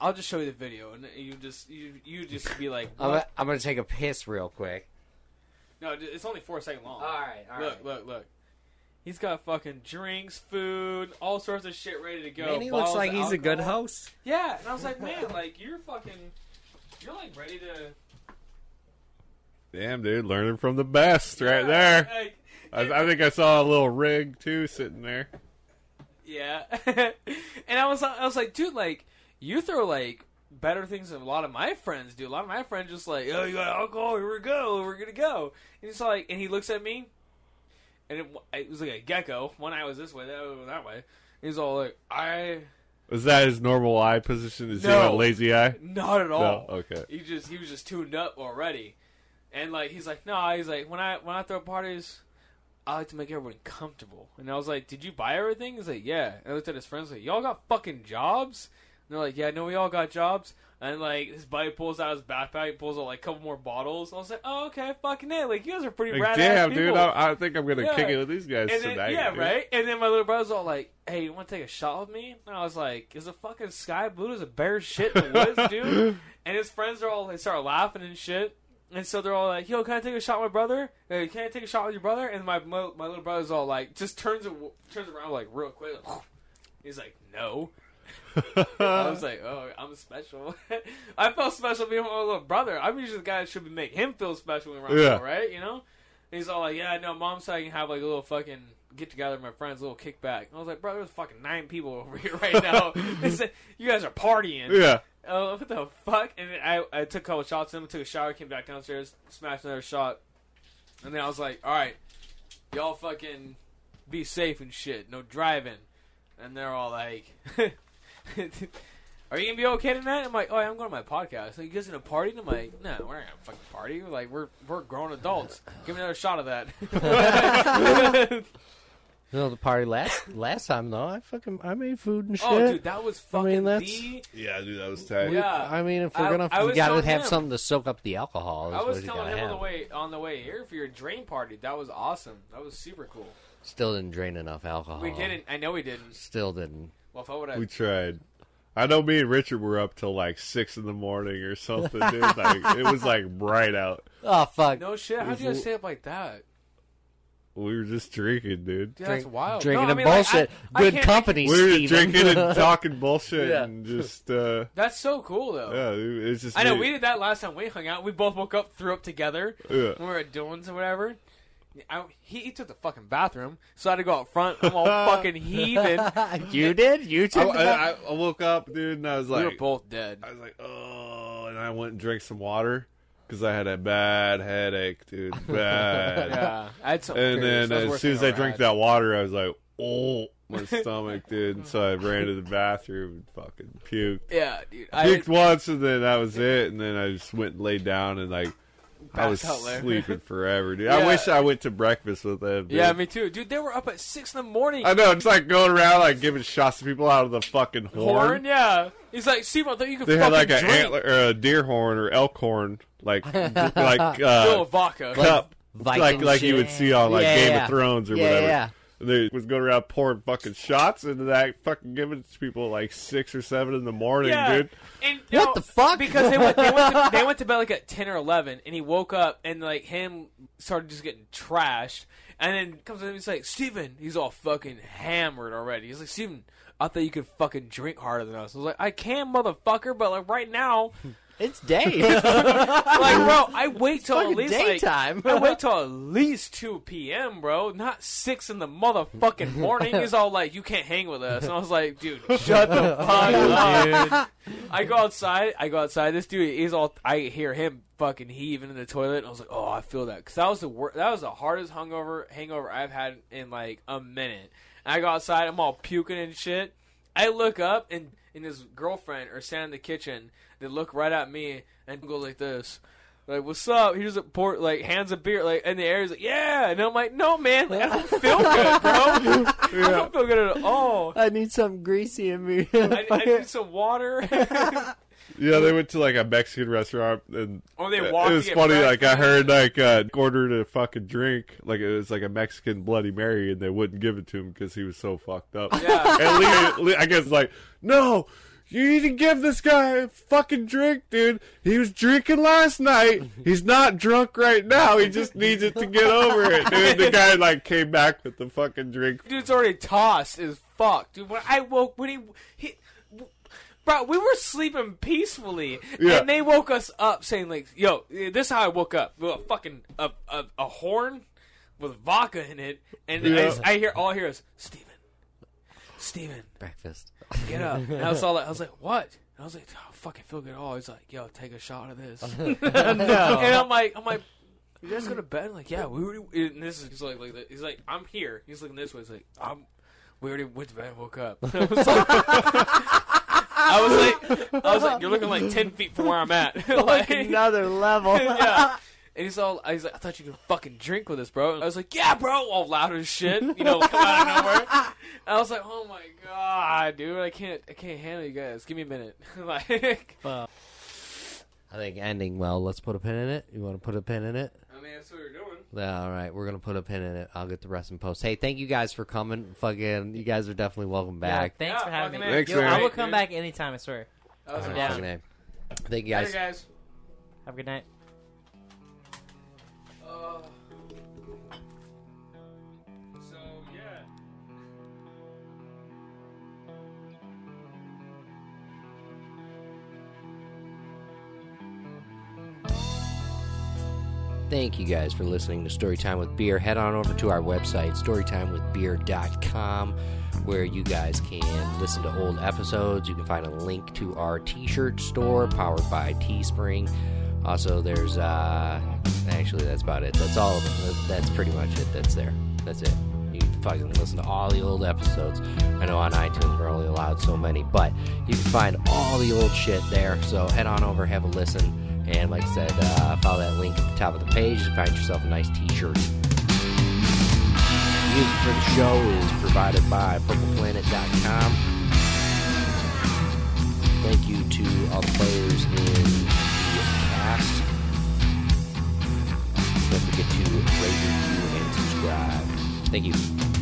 S2: I'll just show you the video, and you just you you just be like,
S1: I'm,
S2: what?
S1: I'm gonna take a piss real quick.
S2: no, it's only four second long.
S1: Alright,
S2: look, look, look. He's got fucking drinks, food, all sorts of shit ready to go.
S1: And he looks
S2: bottles
S1: like
S2: of
S1: he's a good
S2: alcohol.
S1: host.
S2: Yeah, and I was like, man, like you're fucking, you're like ready to.
S3: Damn, dude, learning from the best right there.
S2: Like,
S3: I, I think I saw a little rig too sitting there.
S2: Yeah, and I was I was like, dude, like you throw like better things than a lot of my friends do. A lot of my friends just like, oh, you got alcohol, here we go, we're gonna go. And he's like, and he looks at me, and it, it was like a gecko. One eye was this way, the other was that way. He's all like, I
S3: Is that his normal eye position? Is he
S2: No.
S3: have a lazy eye?
S2: not at all.
S3: okay.
S2: He just he was just tuned up already, and like he's like, no, he's like when I when I throw parties. I like to make everyone comfortable. And I was like, Did you buy everything? He's like, Yeah. And I looked at his friends like, Y'all got fucking jobs? And they're like, Yeah, no, we all got jobs. And like his buddy pulls out his backpack, he pulls out like a couple more bottles. I was like, Oh, okay, fucking it. Like you guys are pretty
S3: Like,
S2: rad
S3: damn,
S2: ass people.
S3: dude, I, I think I'm gonna
S2: Yeah.
S3: kick it with these guys
S2: and then,
S3: tonight.
S2: yeah,
S3: dude.
S2: right. And then my little brother's all like, "Hey, you want to take a shot with me?" And I was like, "Is the fucking sky blue? There's a bear shit in the woods, dude." And his friends are all they start laughing and shit. And so they're all like, "Yo, can I take a shot with my brother? Uh, Can I take a shot with your brother?" And my my, my little brother's all like, just turns aw- turns around like real quick. like, He's like, "No."
S3: Uh-huh.
S2: I was like, "Oh, I'm special." I felt special being with my little brother. I'm usually the guy that should be make him feel special when around
S3: Yeah.
S2: people, right? You know. And he's all like, "Yeah, no, mom said I can have like a little fucking get together with my friends, a little kickback." And I was like, "Bro, there's fucking nine people over here right now. This- you guys are partying."
S3: Yeah.
S2: Oh, what the fuck? And then I, I took a couple shots of him, took a shower, came back downstairs, smashed another shot. And then I was like, alright, y'all fucking be safe and shit. No driving. And they're all like, are you gonna be okay tonight? I'm like, oh, yeah, I'm going to my podcast. Like, you guys gonna party? And I'm like, no, we're not gonna fucking party. We're like, we're, we're grown adults. Give me another shot of that.
S1: You know the party last last time though. I fucking I made food and shit.
S2: oh, dude, that was
S1: I
S2: fucking
S1: mean, that's-
S2: the
S3: Yeah, dude, that was tight.
S1: We-
S2: Yeah.
S1: I mean, if we're
S2: I-
S1: gonna,
S2: I
S1: you
S2: was
S1: gotta
S2: telling
S1: have
S2: him.
S1: something to soak up the alcohol. is
S2: I
S1: what
S2: was
S1: you
S2: telling
S1: gotta
S2: him on the
S1: have.
S2: way on the way here for your drain party. That was awesome. That was super cool.
S1: Still didn't drain enough alcohol.
S2: We didn't. I know we didn't.
S1: Still didn't.
S2: Well, if I would
S3: We
S2: have,
S3: tried. I know me and Richard were up till like six in the morning or something, dude. Like, it was like bright out.
S1: Oh fuck!
S2: no shit. How would you guys stay up like that?
S3: We were just drinking, dude.
S2: Dude, that's wild.
S1: Drinking
S2: no, I
S1: and
S2: mean, like,
S1: bullshit.
S2: I- I
S1: Good
S2: can't-
S1: company.
S3: We were just
S1: Steven.
S3: drinking and talking bullshit
S1: Yeah.
S3: and just uh
S2: That's so cool though.
S3: yeah, dude, it's just
S2: I know
S3: me.
S2: we did that last time we hung out. We both woke up, threw up together
S3: Yeah.
S2: when we were at Dylan's or whatever. I, he, he took the fucking bathroom, so I had to go out front. I'm all fucking heaving.
S1: you did. You
S3: I,
S1: took. the
S3: I, I- I woke up, dude, and I was
S2: we
S3: like,
S2: were both dead.
S3: I was like, oh, and I went and drank some water because I had a bad headache, dude, bad.
S2: Yeah, I had some.
S3: And
S2: periods. That was
S3: then
S2: the
S3: as
S2: worst thing
S3: soon as
S2: I
S3: I
S2: ever
S3: drank
S2: had.
S3: that water, I was like, oh, my stomach, dude. And so I ran to the bathroom and fucking puked.
S2: yeah, dude, I
S3: Puked once, and then that was it. And then I just went and laid down and like. I was
S2: Passed out there.
S3: sleeping forever, dude.
S2: Yeah.
S3: I wish I went to breakfast with them. Dude.
S2: yeah, me too, dude. They were up at six in the morning.
S3: I know. It's like going around like giving shots to people out of the fucking horn.
S2: Horn, yeah. He's like, see, I thought you could fucking
S3: They had like an
S2: drink.
S3: antler or a deer horn or elk horn, like like
S2: Little
S3: uh,
S2: vodka.
S3: cup,
S1: Viking
S3: like like you
S1: shit.
S3: would see on like
S1: Yeah,
S3: Game
S1: yeah.
S3: of Thrones or
S1: yeah,
S3: whatever.
S1: yeah.
S3: And they was going around pouring fucking shots into that, fucking giving it to people at, like six or seven in the morning,
S2: yeah.
S3: dude.
S2: And,
S1: What
S2: no,
S1: the fuck?
S2: Because they went, they, went to, they went to bed like at ten or eleven, and he woke up and like him started just getting trashed, and then comes in and he's like, Steven, he's all fucking hammered already. He's like, Steven, I thought you could fucking drink harder than us. I was like, I can, motherfucker, but like right now,
S1: It's day.
S2: like bro, I wait till at
S1: fucking
S2: least
S1: daytime.
S2: Like, I wait till at least two p.m., bro, not six in the motherfucking morning. He's all like, you can't hang with us, and I was like, dude, shut the fuck up. I go outside. I go outside. This dude, he's all. I hear him fucking heaving in the toilet. And I was like, oh, I feel that because that was the wor- that was the hardest hungover hangover I've had in like a minute. And I go outside. I'm all puking and shit. I look up and and his girlfriend are standing in the kitchen. They look right at me and go like this. Like what's up? Here's a port. Like hands a beer. Like in the air. He's like, yeah. And I'm like, no, man. Like, I don't feel good, bro. I don't feel good at all.
S1: I need something greasy in me.
S2: I, I need some water.
S3: Yeah, they went to like a Mexican restaurant and
S2: Or Oh, they
S3: it-
S2: walked
S3: It was
S2: in
S3: funny.
S2: breakfast.
S3: Like I heard like uh, ordered a fucking drink, like it was like a Mexican Bloody Mary, and they wouldn't give it to him because he was so fucked up.
S2: Yeah.
S3: and Lee, Lee- I guess like no. You need to give this guy a fucking drink, dude. He was drinking last night. He's not drunk right now. He just needs it to get over it, dude. The guy like came back with the fucking drink.
S2: dude's already tossed as fuck, dude. When I woke, when he, he bro, we were sleeping peacefully,
S3: Yeah.
S2: and they woke us up saying like, "Yo, this is how I woke up: with a fucking a, a, a horn with vodka in it," and I,
S3: Yeah.
S2: just- I hear all I hear is Steven, Steven,
S1: Breakfast.
S2: get up. And I was all like, I was like, what? And I was like, oh, fucking feel good at all. He's like, yo, take a shot of this. And I'm like, I'm like, you guys go to bed? like, yeah, we already. And this is he's like, like that. he's like, I'm here. He's looking this way. He's like, I'm. We already went to bed and woke up. I was like, I was like, I was like, you're looking like ten feet from where I'm at. like,
S1: Another level.
S2: yeah. And he's all, he's like, I thought you could fucking drink with us, bro. And I was like, yeah, bro, all loud as shit, you know, come out of nowhere. And I was like, oh my god, dude, I can't, I can't handle you guys. Give me a minute. like,
S1: I think ending well. Let's put a pin in it. You want to put a pin in it?
S2: I mean, that's what we're doing.
S1: Yeah, All right, we're gonna put a pin in it. I'll get the rest in post. Hey, thank you guys for coming. Fucking, you guys are definitely welcome back.
S4: Thanks
S2: Yeah,
S4: for having me.
S2: fucking A.
S3: Thanks,
S4: Yo,
S3: man.
S4: I will
S2: Great,
S4: come
S2: dude.
S4: back anytime. I swear.
S2: That was
S1: All
S2: a
S1: right,
S4: Yeah.
S1: fucking A. Thank you
S2: Later,
S1: guys.
S2: guys.
S4: Have a good night.
S2: Uh, so yeah.
S1: Thank you guys for listening to Storytime with Beer. Head on over to our website, storytimewithbeer.com, where you guys can listen to old episodes. You can find a link to our t shirt store powered by Teespring. Also, there's, uh, actually, that's about it. That's all of it. That's pretty much it. That's there. That's it. You can fucking listen to all the old episodes. I know on iTunes we're only allowed so many, but you can find all the old shit there. So head on over, have a listen. And like I said, uh, follow that link at the top of the page to find yourself a nice t shirt. Music for the show is provided by purpleplanet.com. Thank you to all the players in the cast. Don't forget to rate, review, and subscribe. Thank you.